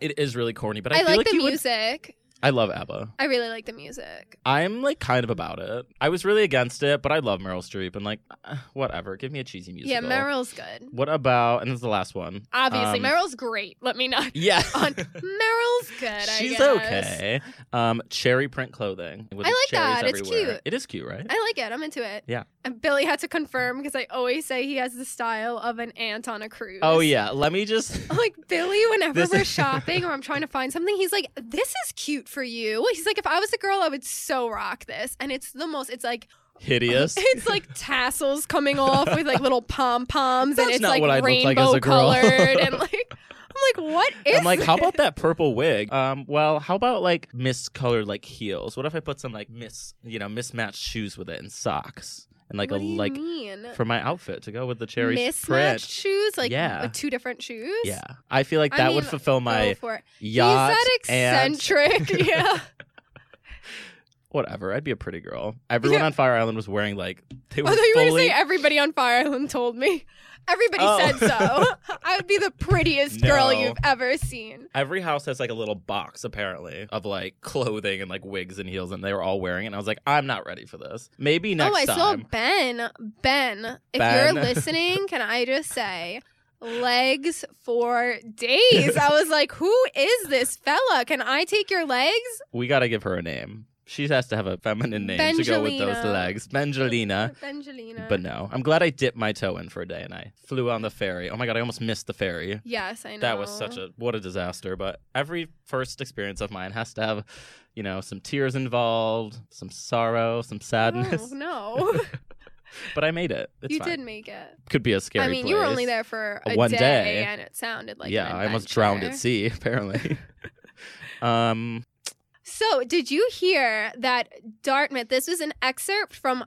It is really corny, but I,
I,
feel
like,
like
the
you would-
music.
I love ABBA.
I really like the music.
I'm like kind of about it. I was really against it, but I love Meryl Streep and like uh, whatever. Give me a cheesy musical.
Yeah, Meryl's good.
What about and this is the last one.
Obviously,
Um,
Meryl's great. Let
<laughs>
me not.
Yeah.
<laughs> On Meryl's good. I
She's
guess.
okay. Um, cherry print clothing. with
I like
cherries
that. It's
everywhere.
cute.
It is cute, right?
I like it. I'm into it.
Yeah.
And Billy had to confirm because I always say he has the style of an ant on a cruise.
Oh yeah. Let me
<laughs>
just.
I'm Like Billy, whenever
This- <laughs>
we're shopping or I'm trying to find something, he's like, "This is cute for you." He's like, "If I was a girl, I would so rock this." And it's the most. It's like <laughs>
Hideous.
It's like tassels coming off with like little pom poms, and
That's
it's
not
like
what I look like
rainbow
as a girl. <laughs>
colored, and like I'm like, what is?
I'm like, how about
this?
that purple wig? Um, well, how about like miscolored like heels? What if I put some like mis, you know, mismatched shoes with it and socks and like
what
a
do you
like
mean?
for my outfit to go with the cherry
mismatched
print?
shoes, like
Yeah.
with two different shoes.
Yeah, I feel like
I
that would
mean,
fulfill
go
my
for it. He's
yacht
that
and
eccentric, <laughs> yeah.
whatever. I'd be a pretty girl. Everyone on Fire Island was wearing like they were
Although Oh, you were gonna
fully.
say everybody on Fire Island told me, everybody
Oh. <laughs>
said so. I would be the prettiest girl
No.
you've ever seen.
Every house has like a little box apparently of like clothing and like wigs and heels, and they were all wearing it. And I was like, I'm not ready for this. Maybe next
oh, I
time.
saw Ben. Ben, if
Ben. <laughs>
you're listening, can I just say legs for days? I was like, who is this fella? Can I take your legs?
We gotta give her a name. She has to have a feminine name to go with those
Benjelina.
legs. Benjelina.
Evangelina.
But no, I'm glad I dipped my toe in for a day and I flew on the ferry. Oh my god, I almost missed the ferry.
yes, I know.
That was such a what a disaster. But every first experience of mine has to have, you know, some tears involved, some sorrow, some
Oh,
sadness.
no.
<laughs> But I made it. It's
you
fine.
did make it.
Could be a scary.
I mean, you were
place.
only there for a
One
day,
day.
and it sounded like
yeah,
an
I almost drowned at
adventure.
sea. <laughs>
<laughs>
Apparently. um.
So, did you hear that Dartmouth? This was an excerpt from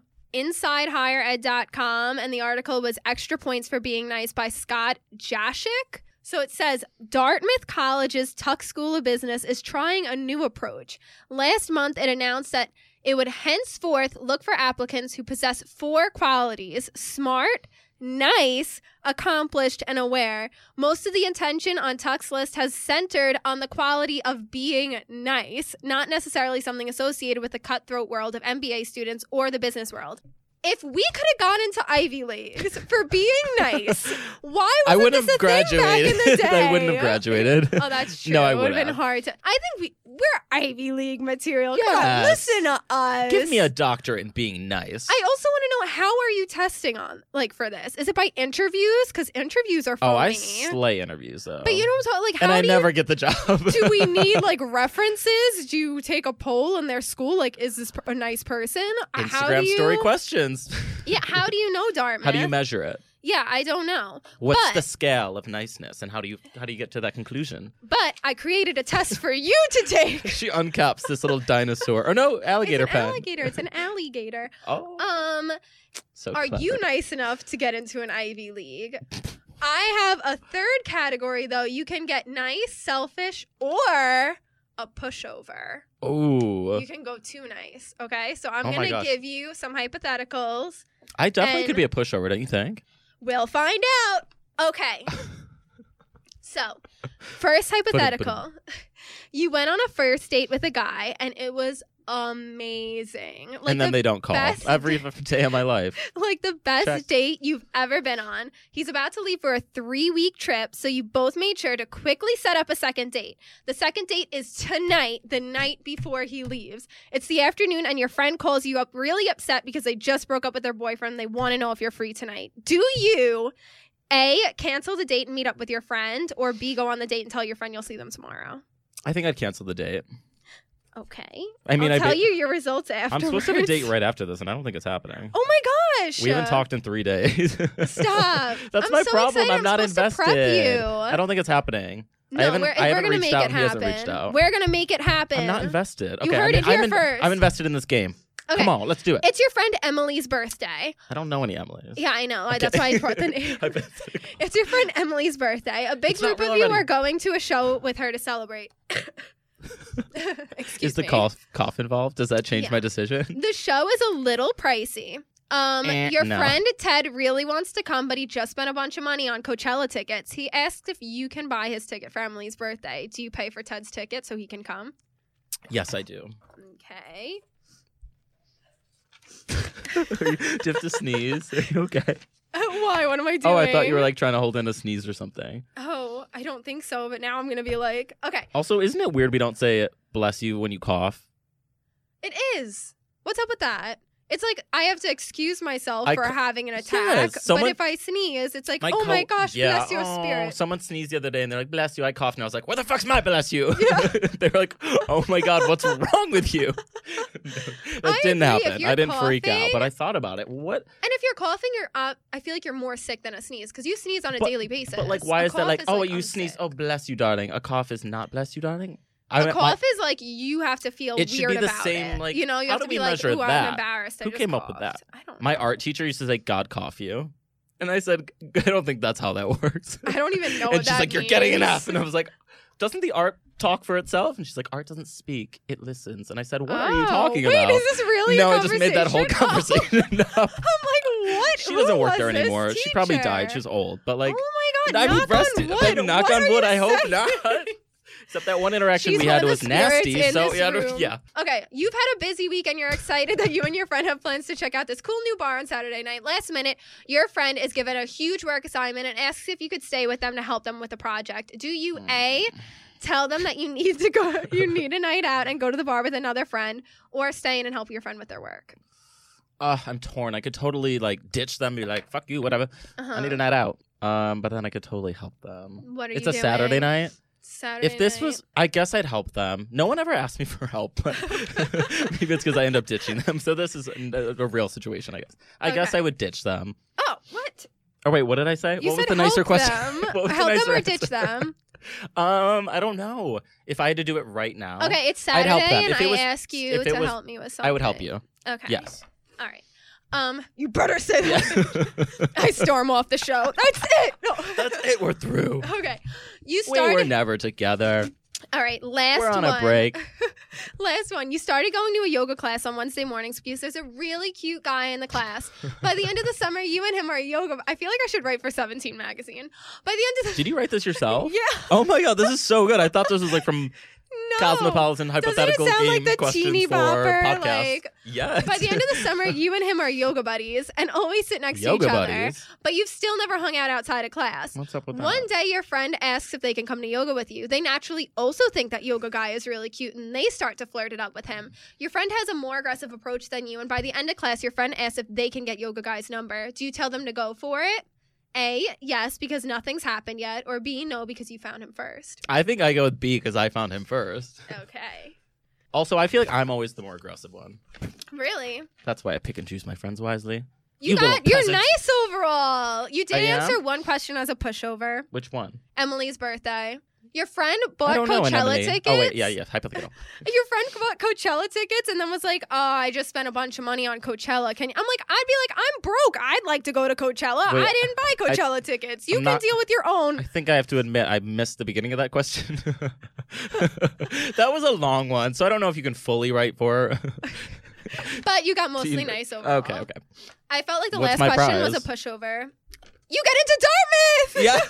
InsideHigherEd.com, and the article was Extra Points for Being Nice by Scott Jashik. So it says Dartmouth College's Tuck School of Business is trying a new approach. Last month, it announced that it would henceforth look for applicants who possess four qualities smart, nice, accomplished, and aware. Most of the attention on Tuck's list has centered on the quality of being nice, not necessarily something associated with the cutthroat world of MBA students or the business world. If we could have gone into Ivy Leagues for being nice, why
I
wasn't
would
this
have
a thing back in
graduated. <laughs>
the day?
I wouldn't have graduated.
<laughs> Oh, that's
<laughs>
true.
No, I
it would have been
would've.
hard to. I think we we're Ivy League material. Come on,
Yes.
listen to us.
Give me a doctorate in being nice.
I also want to know how are you testing on like for this? Is it by interviews? Because interviews are phony.
Oh, I slay interviews though.
but you know what I'm talking like. How
and I
do
never get the job. <laughs>
you, <laughs> do we need like references? Do you take a poll in their school? Like, is this per- a nice person? Uh, how do
Instagram
you,
story questions?
Yeah, how do you know Dartmouth?
<laughs> How do you measure it?
yeah, I don't know.
What's
But-
the scale of niceness, and how do you how do you get to that conclusion?
But I created a test for you to take.
She uncaps this little dinosaur. Oh no, alligator
it's an
pen.
alligator.
<laughs>
It's an alligator.
Oh,
Um,
so
Are
clever.
you nice enough to get into an Ivy League? I have a third category though. You can get nice, selfish, or a pushover.
Oh,
You can go too nice. Okay, so I'm
Oh my
gonna
gosh.
give you some hypotheticals.
I definitely
and-
could be a pushover. Don't you think?
We'll find out.
<laughs>
Okay. so, <laughs> first hypothetical. You went on a first date with a guy and it was amazing. Like
and then
the,
they don't call
best-
every <laughs> day of my life.
like the best
Check.
date you've ever been on. He's about to leave for a 3-week trip, so you both made sure to quickly set up a second date. The second date is tonight, the night before he leaves. It's the afternoon and your friend calls you up really upset because they just broke up with their boyfriend. They want to know if you're free tonight. Do you A, cancel the date and meet up with your friend, or B, go on the date and tell your friend you'll see them tomorrow?
I think I'd cancel the date.
Okay.
I mean,
I'll
I
tell
ba-
you your results afterwards.
I'm supposed to have a date right after this, and I don't think it's happening.
<laughs> Oh my gosh!
we haven't talked in three days.
Stop.
<laughs> That's
I'm
my
so
problem.
Excited.
I'm not
supposed to prep
invested.
you.
I don't think it's happening. I
no,
haven't-
we're,
I haven't
we're
reached
gonna make
out
it
and he hasn't
happen.
reached out.
We're gonna make it happen.
I'm not invested.
You
Okay,
heard
I mean,
it here
I'm in-
first.
I'm invested in this game.
Okay.
Come on, let's do it.
It's your friend Emily's birthday.
I don't know any Emily's.
Yeah, I know.
Okay.
That's why
<laughs>
I brought the name. <laughs>
I bet-
it's your friend Emily's birthday. A big
It's not
group of
real
you
already.
are going to a show with her to celebrate. <laughs> Excuse
Is the
me.
cough cough involved? Does that change
Yeah.
my decision? <laughs>
<laughs> The show is a little pricey. Um,
Eh,
your
no.
friend Ted really wants to come, but he just spent a bunch of money on Coachella tickets. He asked if you can buy his ticket for Emily's birthday. Do you pay for Ted's ticket so he can come?
Yes, I
<laughs>
do.
Okay. <laughs>
<laughs> do you have to
<laughs>
sneeze? <laughs> Are you okay?
Why? What am I doing?
Oh, I thought you were like trying to hold in a sneeze or something.
Oh, I don't think so. But now I'm gonna be like, okay,
Also, isn't it weird we don't say bless you when you cough?
it is. What's up with that? It's like I have to excuse myself
I
for
ca-
having an
Yes,
attack,
someone-
but if I sneeze, it's like,
My
oh my
co-
gosh,
yeah,
bless your
oh,
spirit.
Someone sneezed the other day and they're like, bless you. I coughed. And I was like, where the fuck's my bless you? <laughs> they were like, oh my God,
<laughs>
what's wrong with you? that
I
didn't
agree, if
happen.
you're
I didn't freak out,
coughing-
but I thought about it. What?
And if you're coughing, you're up. I feel like you're more sick than a sneeze because you sneeze on a
But-
daily basis.
But like, why
A
is that
cough
like, oh, you
I'm
sneeze.
sick.
Oh, bless you, darling. A cough is not bless you, darling.
A
I meant, like,
cough is like you have to feel
It should be
weird
the
about
same,
it.
like,
you know, you
how
have
do
to
we
be like,
measure
ooh,
that?
I'm embarrassed. I
Who
just
came up with
coughed."
that?
I don't.
my
know.
art teacher used to say, God cough you. And I said, I don't think that's how that <laughs> works.
<laughs> I don't even
<laughs>
know.
and
what
she's
that
like, "You're getting
means."
enough," and I was like, "Doesn't the art talk for itself?" And she's like, "Art doesn't speak; it listens." And I said, "What are you
Oh,
talking
wait,
about?"
is this really?
no,
a
I just made that whole
conversation? <laughs>
conversation <laughs> up.
Oh, I'm like, what?
she
Who
doesn't work
was
there
this
anymore. She probably died.
teacher?
She's old, but like,
oh my god,
I
knock
mean, rest
on
it-
wood.
but knock
What
on
are
wood.
you
I hope
saying?
not. <laughs> Except that one interaction
She's
we
one
had
of the
was nasty.
spirits in
So
this
yeah, I don't-
room.
yeah.
Okay, you've had a busy week and you're excited that you and your friend have plans to check out this cool new bar on Saturday night. Last minute, your friend is given a huge work assignment and asks if you could stay with them to help them with the project. Do you
Mm.
A tell them that you need to go <laughs> you need a night out and go to the bar with another friend or stay in and help your friend with their work?
Uh, I'm torn. I could totally like ditch them, be like, "Fuck you, whatever."
Uh-huh.
I need a night out. Um, but then I could totally help them.
What are
It's
you
a
doing?
Saturday night.
Saturday
If this
night.
was, I guess I'd help them. No one ever asked me for help. but <laughs> Maybe it's because I end up ditching them. So this is a, a real situation, I guess. I guess
Okay.
I would ditch them.
Oh, what?
Oh wait, what did I say?
You
what was
said
the nicer
help
question?
them.
<laughs> What was the
help them
nicer
or
answer?
ditch them.
Um, I don't know. If I had to do it right now,
Okay,
<laughs>
it's
I'd
Saturday,
help them.
and
If it
I
was-
ask you
if it
to
was-
help me with something.
I would help you.
Okay.
Yes.
All right. Um, you better say
Yeah. <laughs>
that. <laughs> I storm off the show. That's it. No.
That's it. We're through.
Okay. You
We
started.
were never together.
All right. Last
we're on
one.
a
<laughs>
break.
Last one. You started going to a yoga class on Wednesday mornings because there's a really cute guy in the class. By
<laughs>
the end of the summer, you and him are yoga. I feel like I should write for Seventeen magazine. By the end of the
Did you write this yourself?
<laughs> yeah.
Oh my god, this is so good. I thought this was like from
<laughs> No.
Cosmopolitan hypothetical
sound
game
like the
questions
teeny
for
bopper,
podcast.
like,
yes.
By
<laughs>
the end of the summer, you and him are yoga buddies and always sit next
yoga
to each other.
buddies.
But you've still never hung out outside of class.
What's up with that?
One day, your friend asks if they can come to yoga with you. They naturally also think that yoga guy is really cute and they start to flirt it up with him. Your friend has a more aggressive approach than you, and by the end of class, your friend asks if they can get yoga guy's number. Do you tell them to go for it? A, yes, because nothing's happened yet, or B, no, because you found him
<laughs>
first.
I think I go with B because I found him first.
Okay.
Also, I feel like I'm always the more aggressive one.
Really?
That's why I pick and choose my friends wisely. You
You,
little
got, you're
peasant.
nice overall. You did
I am?
answer one question as a pushover
Which one?
Emily's birthday. Your friend
I
bought
don't know. an
Coachella
Emily.
tickets.
Oh wait, yeah, yeah, hypothetical.
Your friend bought Coachella tickets and then was like, "Oh, I just spent a bunch of money on Coachella." Can you? I'm like, I'd be like, I'm broke. I'd like to go to Coachella.
Wait,
I didn't buy Coachella tickets. You
I'm
can
not-
deal with your
<laughs>
own.
I think I have to admit I missed the beginning of that question. <laughs> that was a long one, so I don't know if you can fully write for. <laughs>
But you got mostly
Teen-
nice overall.
okay, okay.
I felt like the
What's my
last question was a
prize?
pushover. You get into Dartmouth.
Yes.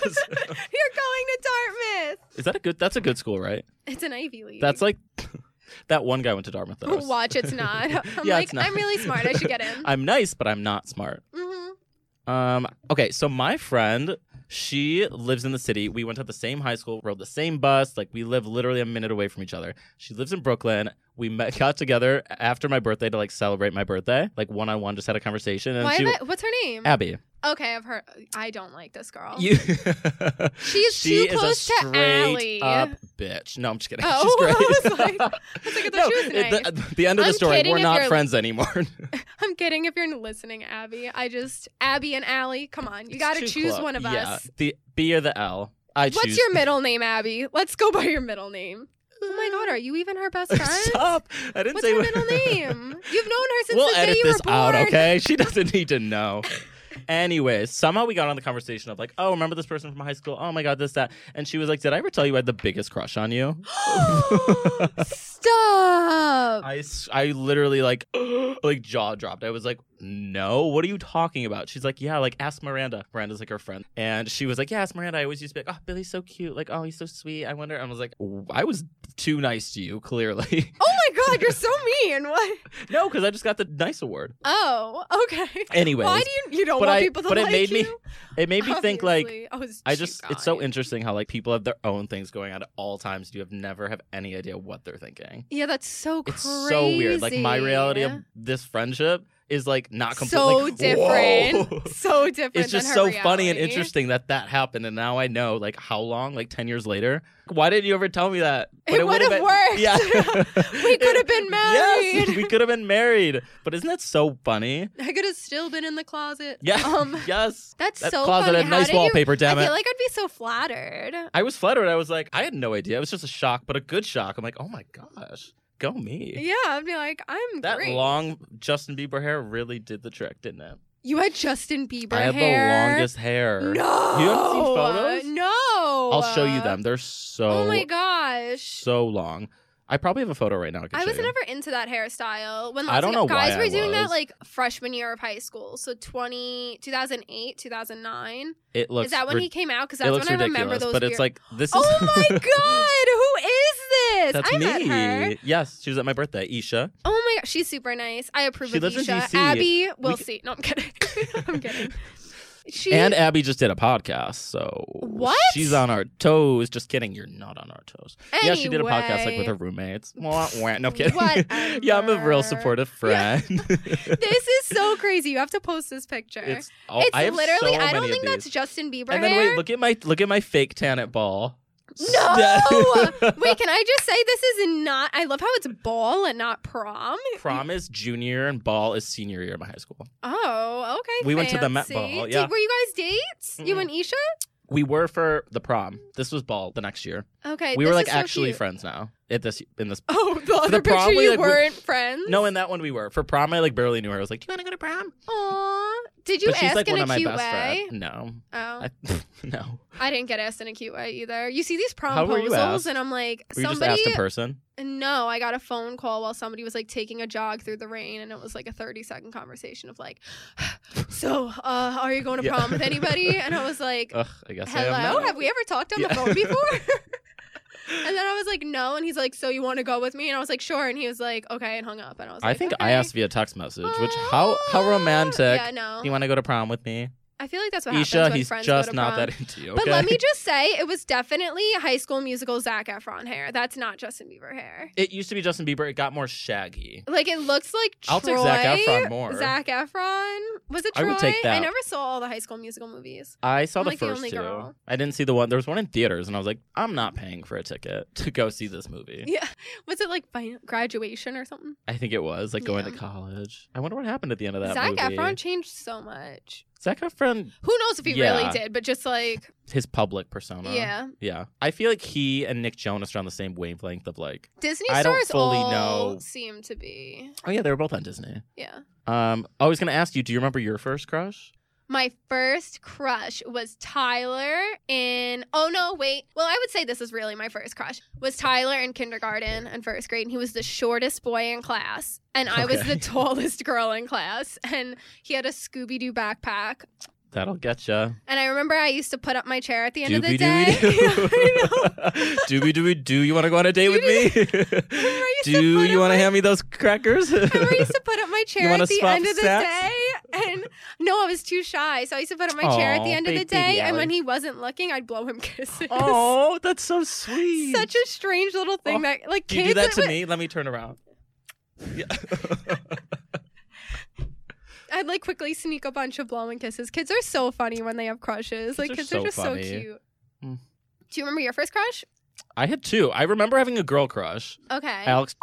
<laughs>
<laughs> You're going to Dartmouth.
Is that a good? That's a good school, right?
It's an Ivy League.
That's like <laughs> That one guy went to Dartmouth. though.
Watch,
<laughs>
it's not. I'm
Yeah,
like,
it's not. <laughs>
I'm really smart. I should get in.
I'm nice, but I'm not smart.
hmm
Um, okay, so my friend, she lives in the city. We went to the same high school, rode the same bus. Like we live literally a minute away from each other. She lives in Brooklyn. We met, <laughs> got together after my birthday to like celebrate my birthday, like one on one, just had a conversation. And
Why?
she,
am I, what's her name?
Abby,
okay, I've heard. I don't like this girl.
you, <laughs>
She's
she
too
is
close
a
to
straight
Allie.
up bitch. No, I'm just kidding. <laughs>
Oh, <laughs>
She's great.
I was like- I was like, I thought
no,
she was
it- the, <laughs> the end of the
I'm
story,
kidding
we're
if
not
you're-
friends anymore. <laughs>
I'm kidding. If you're listening, Abby, I just Abby and Allie. Come on, you got to
It's too
choose
close.
one of
yeah,
us.
The B or the L. I
What's
choose <laughs>
your middle name, Abby? Let's go by your middle name. Oh my God, are you
<laughs>
even her best friend?
Stop! Um, I didn't
What's
say
her
what- <laughs>
middle name? You've known her since
we'll
the
edit
day you
this
were born.
out, okay? She doesn't need to
<laughs>
know. Anyways, somehow we got on the conversation of like, oh, remember this person from high school? Oh my god, this that, and she was like, did I ever tell you I had the biggest crush on you?
<gasps>
<laughs>
Stop.
I, s- I literally like <gasps> like jaw dropped. I was like, no, what are you talking about? She's like, yeah, like ask Miranda. Miranda's like her friend, and she was like, yeah, ask Miranda. I always used to be like, oh, Billy's so cute. Like, oh, he's so sweet. I wonder. I was like, w- I was too nice to you, clearly. <laughs>
Oh my God, you're so mean. What?
no, because I just got the nice award.
Oh, okay.
Anyways,
Why do you you don't
but
want
I-
people to
but it
like
made me-
you?
it made me think like.
Obviously. Oh, I was
I
cheap
just it's so
on you.
interesting how like people have their own things going on at all times. You have never have any idea what they're thinking.
Yeah, that's so crazy.
It's so weird. Like my reality of this friendship is like <laughs> not completely
so different.
<laughs>
<laughs> So different.
It's
than
just
her
so funny and
reality.
interesting that that happened, and now I know like how long, like ten years later. Why didn't you ever tell me that?
It would've
been-
worked.
<laughs> Yeah,
<laughs> We could've been
<laughs> Yes,
married.
we could have been married. But isn't that so funny?
I could have still been in the closet.
Yeah.
Um,
<laughs> yes.
that's
That
so
closet
funny.
had
How
nice
did you-
wallpaper. damn
I
it.
feel like I'd be so flattered.
I was fluttered. I was like, I had no idea. It was just a shock, but a good shock. I'm like, oh my gosh, go me.
Yeah, I'd be like, I'm
That
great.
long Justin Bieber hair really did the trick, didn't it?
you had Justin Bieber
I had
hair.
the longest hair.
No.
You haven't seen photos?
No.
I'll show you them. They're so
oh my gosh.
so long. I probably have a photo right now. I, can
I
show
was
you.
never into that hairstyle. When
I
lots
don't
of
know
guys
why
were
I
doing
was.
that like freshman year of high school, so 20, 2008, 2009.
It looks.
Is that when
ri-
he came out? Because
it
that's
looks
when I
ridiculous,
remember those.
but it's
weird-
like this is.
<laughs>
<laughs>
oh my god, who is this?
That's
I met
me.
her.
Yes, she was at my birthday. Isha.
Oh my god, she's super nice. I approve
She
of
lives in
Isha.
DC.
Abby, we'll
c-
see. No, I'm kidding. <laughs> I'm kidding. She
And Abby just did a podcast, so
What?
She's on our toes. Just kidding, you're not on our toes.
anyway,
Yeah, she did a podcast like with her roommates. Wah, wah. No kidding. <laughs>
Whatever.
yeah, I'm a real supportive friend.
This is so crazy. You have to post this picture.
<laughs> it's all,
It's
I have
literally.
so
I don't
many
think
of
that's
these.
Justin Bieber
And then
hair.
wait, look at my look at my fake tan at ball.
No! Wait, can I just say this is not? I love how it's ball and not prom.
<laughs> Prom is junior and ball is senior year of my high school.
Oh, okay.
We went to the Met
fancy.
Ball,
Did-
yeah.
were you guys dates? You
Mm.
and Isha?
We were for the prom. This was ball the next year.
Okay.
we
this
were like
is so
actually
cute.
friends now. At this in this
<laughs> Oh, the other picture
prom, we,
you
like, we-
weren't friends.
No, in that one we were. For prom I like barely knew her. I was like, Do you wanna go to prom?
Aw. Did you
but she's
ask
like
in
one
a
of my
cute
best
way?
friends. No.
Oh, I,
I, <laughs> no.
didn't get asked in a cute way either. You see these
How were you asked?
promposals, and I'm like,
Were you just
somebody.
asked in person?
No, I got a phone call while somebody was like taking a jog through the rain, and it was like a 30 second conversation of like, <sighs> So, uh, are you going to
Yeah.
prom with anybody? And I was
<laughs>
like,
Ugh, I guess I am
Hello,
not.
have we ever talked on
Yeah. <laughs>
the phone before? and then I was like, No. And he's like, So you want to go with me? And I was like, Sure. And he was like, Okay. And hung up. And I was
I
like,
think I
"Okay."
asked via text message, which how how romantic.
Ah, Yeah, no.
Do you want to go to prom with me?
I feel like that's what
Isha,
happens when
he's
friends go
just
to
not
prom.
that into you.
But
okay? <laughs>
let me just say, it was definitely High School Musical Zac Efron hair. That's not Justin Bieber hair.
It used to be Justin Bieber. It got more shaggy.
Like it looks like
I'll
Troy.
take Zac Efron more.
Zac Efron was it
I
Troy?
would take that.
never saw all the High School Musical movies.
I saw
I'm,
the
like, the
first
only
two.
girl.
I didn't see the one. There was one in theaters, and I was like, I'm not paying for a ticket to go see this movie.
Yeah, <laughs> was it like fin- graduation or something?
I think it was like going
Yeah.
to college. I wonder what happened at the end of that
Zac
movie.
Efron changed so much.
Zac Efron,
Who knows if he
Yeah.
really did? But just like
his public persona.
yeah,
Yeah. I feel like he and Nick Jonas are on the same wavelength of like,
Disney
I don't
stars
fully
all
know.
seem to be
oh yeah, they were both on Disney.
yeah.
Um, I was gonna ask you, do you remember your first crush?
My first crush was Tyler in oh no wait well I would say this is really my first crush was Tyler in kindergarten and first grade and he was the shortest boy in class and I was
Okay. <laughs>
the tallest girl in class and he had a Scooby Doo backpack
That'll get ya.
And I remember I used to put up my chair at the end of
Doobie
the day. <laughs> I know.
<laughs> dooby doo. Doobie dooby doo. You want to go on a date with <laughs> me?
Remember I used to
Do
put
you
up
want to
my-
hand me those crackers? <laughs>
Remember I used to put up my chair
wanna
at the
swap
end of the
sacks?
day, and no, I was too shy, so I used to put up my chair at the
Aw,
end of the
baby
day, and
Allie.
when he wasn't looking, I'd blow him <laughs> kisses.
Oh, that's so sweet.
Such a strange little thing
Oh,
that like
Do
kids
you do that to
would-
me? Let me turn around. Yeah.
I'd like quickly sneak a bunch of blowing kisses. Kids are so funny when they have crushes.
Kids
like
are
kids
so
are just
funny.
so cute.
Mm.
Do you remember your first crush?
I had two. I remember having a girl crush,
Okay.
Alex,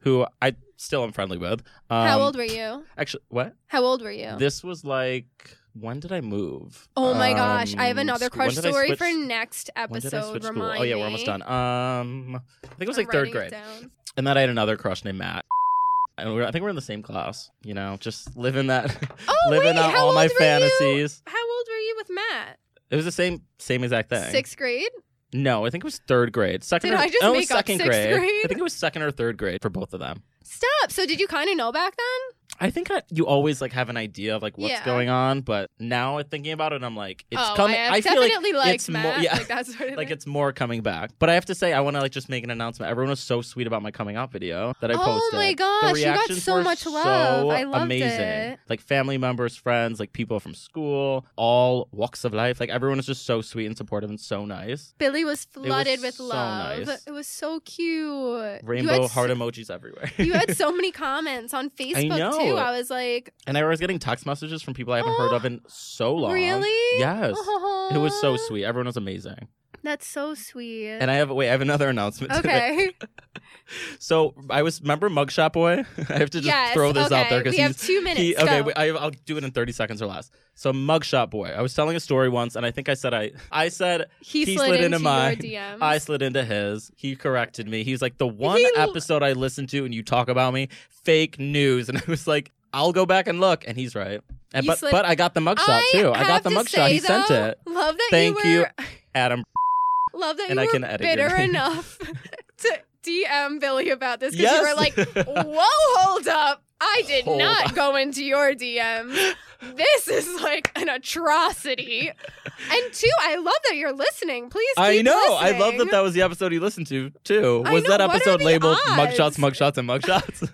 who I still am friendly with. Um,
How old were you?
Actually, what?
How old were you?
This was like when did I move?
oh my gosh, I have
Um,
another
sc- when
crush
did I
story
switch-
for next
When did I
episode.
switch school?
Remind
Oh yeah, we're
me.
almost done. Um, I think it was
I'm
like third
writing it
grade,
down.
and then I had another crush named Matt. And we're, I think we're in the same class. You know, just living that,
Oh
<laughs> living
wait,
out
how
all
old
my
were You?
fantasies.
How old were you with Matt?
It was the same, same exact thing.
Sixth grade.
No, I think it was third grade. Second.
Did
or,
I just
no, it was
make up
second
sixth grade?
I think it was second or third grade for both of them.
Stop. So did you kind of know back then?
I think I, you always like have an idea of like what's
Yeah.
going on, but now thinking about it, I'm like, it's
oh,
coming.
I,
I,
have
feel like
definitely liked
it's more-
Matt.
yeah.
Like
<laughs>
that's what it
like
is.
it's more coming back. But I have to say, I want to like just make an announcement. Everyone was so sweet about my coming out video that I
Oh
posted.
my
The
gosh, you got
reactions
so
were
much
so
love. I loved
amazing.
it.
Like family members, friends, like people from school, all walks of life. Like everyone was just so sweet and supportive and so nice.
Billy was flooded with
so
love.
nice.
It was so cute. you
Rainbow
had,
heart
so,
emojis everywhere.
<laughs>
<laughs>
you had so many comments on Facebook too.
know.
I was like,
and I was getting text messages from people I haven't heard
Oh,
of in so long.
really? Uh-huh.
Yes. It was so
Aw,
sweet. Everyone was amazing.
That's so sweet.
And <laughs> I have wait, I have another announcement. to make.
okay.
So I was remember Mugshot Boy. <laughs> I have <laughs> to just
yes.
throw this
okay.
out there
we
because
have
he's
two minutes.
he, okay.
Go.
wait, I, I'll do it in thirty seconds or less. So Mugshot Boy. I was telling a story once, and I think I said I I said
he,
he
slid,
slid
into,
into mine.
your DMs.
I slid into his. He corrected me. He's like the one
Mm-hmm. He l-
episode I listened to, and you talk about me. Fake news, and <laughs> I was like, I'll go back and look, and he's right. And
You
but
slid-
but I got the mugshot too. I
have
got the
to
mugshot. He
say,
sent
though,
it.
Love that
Thank
you
you,
were <laughs>
Adam.
Love that
And
you
I
were
can edit your
bitter
name.
enough <laughs> to DM Billy about this because
yes.
you
<laughs>
were like, "Whoa, hold up! I did
Hold
not
up.
go into your DM. This is like an atrocity." And two, I love that you're listening. Please,
I
keep
know. I love
listening.
that that was the episode you listened to too.
I
Was
know,
that
what are
episode
the
labeled
odds?
"Mugshots, Mugshots, and Mugshots"? <laughs> it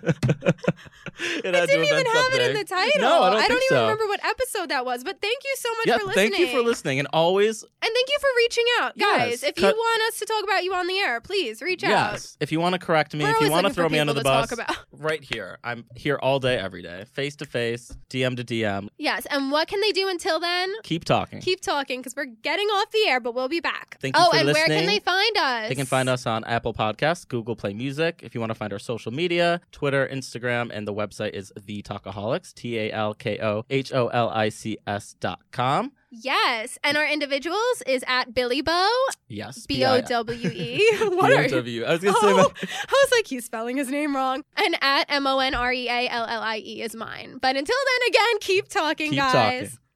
I
had to
didn't even
been
have it in
something.
the title.
No, I don't think
even
so.
remember what episode that was. But thank you so much
Yeah,
for listening.
thank you for listening, and always
and thank you for reaching out, guys.
Yes,
if you
cut-
want us to talk about you on the air, please reach out.
yes. If you want to correct me, if
We're
you
always
want
looking
to
for
throw me
people
under the
to talk
bus,
about.
right here. I'm here all day, every day, face to face, DM to DM.
Yes, and what can they do until then?
Keep talking.
Keep talking because we're getting off the air, but we'll be back.
Thank you
oh,
for
and where can
listening.
they find us?
They can find us on Apple Podcasts, Google Play Music. If you want to find our social media, Twitter, Instagram, and the website is the Talkaholics, T A L K O H O L I C S dot com.
Yes, and our individuals is at Billy Bow
Yes.
B O
B-I-L.
W
<laughs>
E. <laughs> What are you?
B-O-W. I was gonna say
Oh,
that.
I was like, he's spelling his name wrong. And at M O N R E A L L I E is mine. But until then, again, keep talking,
Keep
guys.
talking.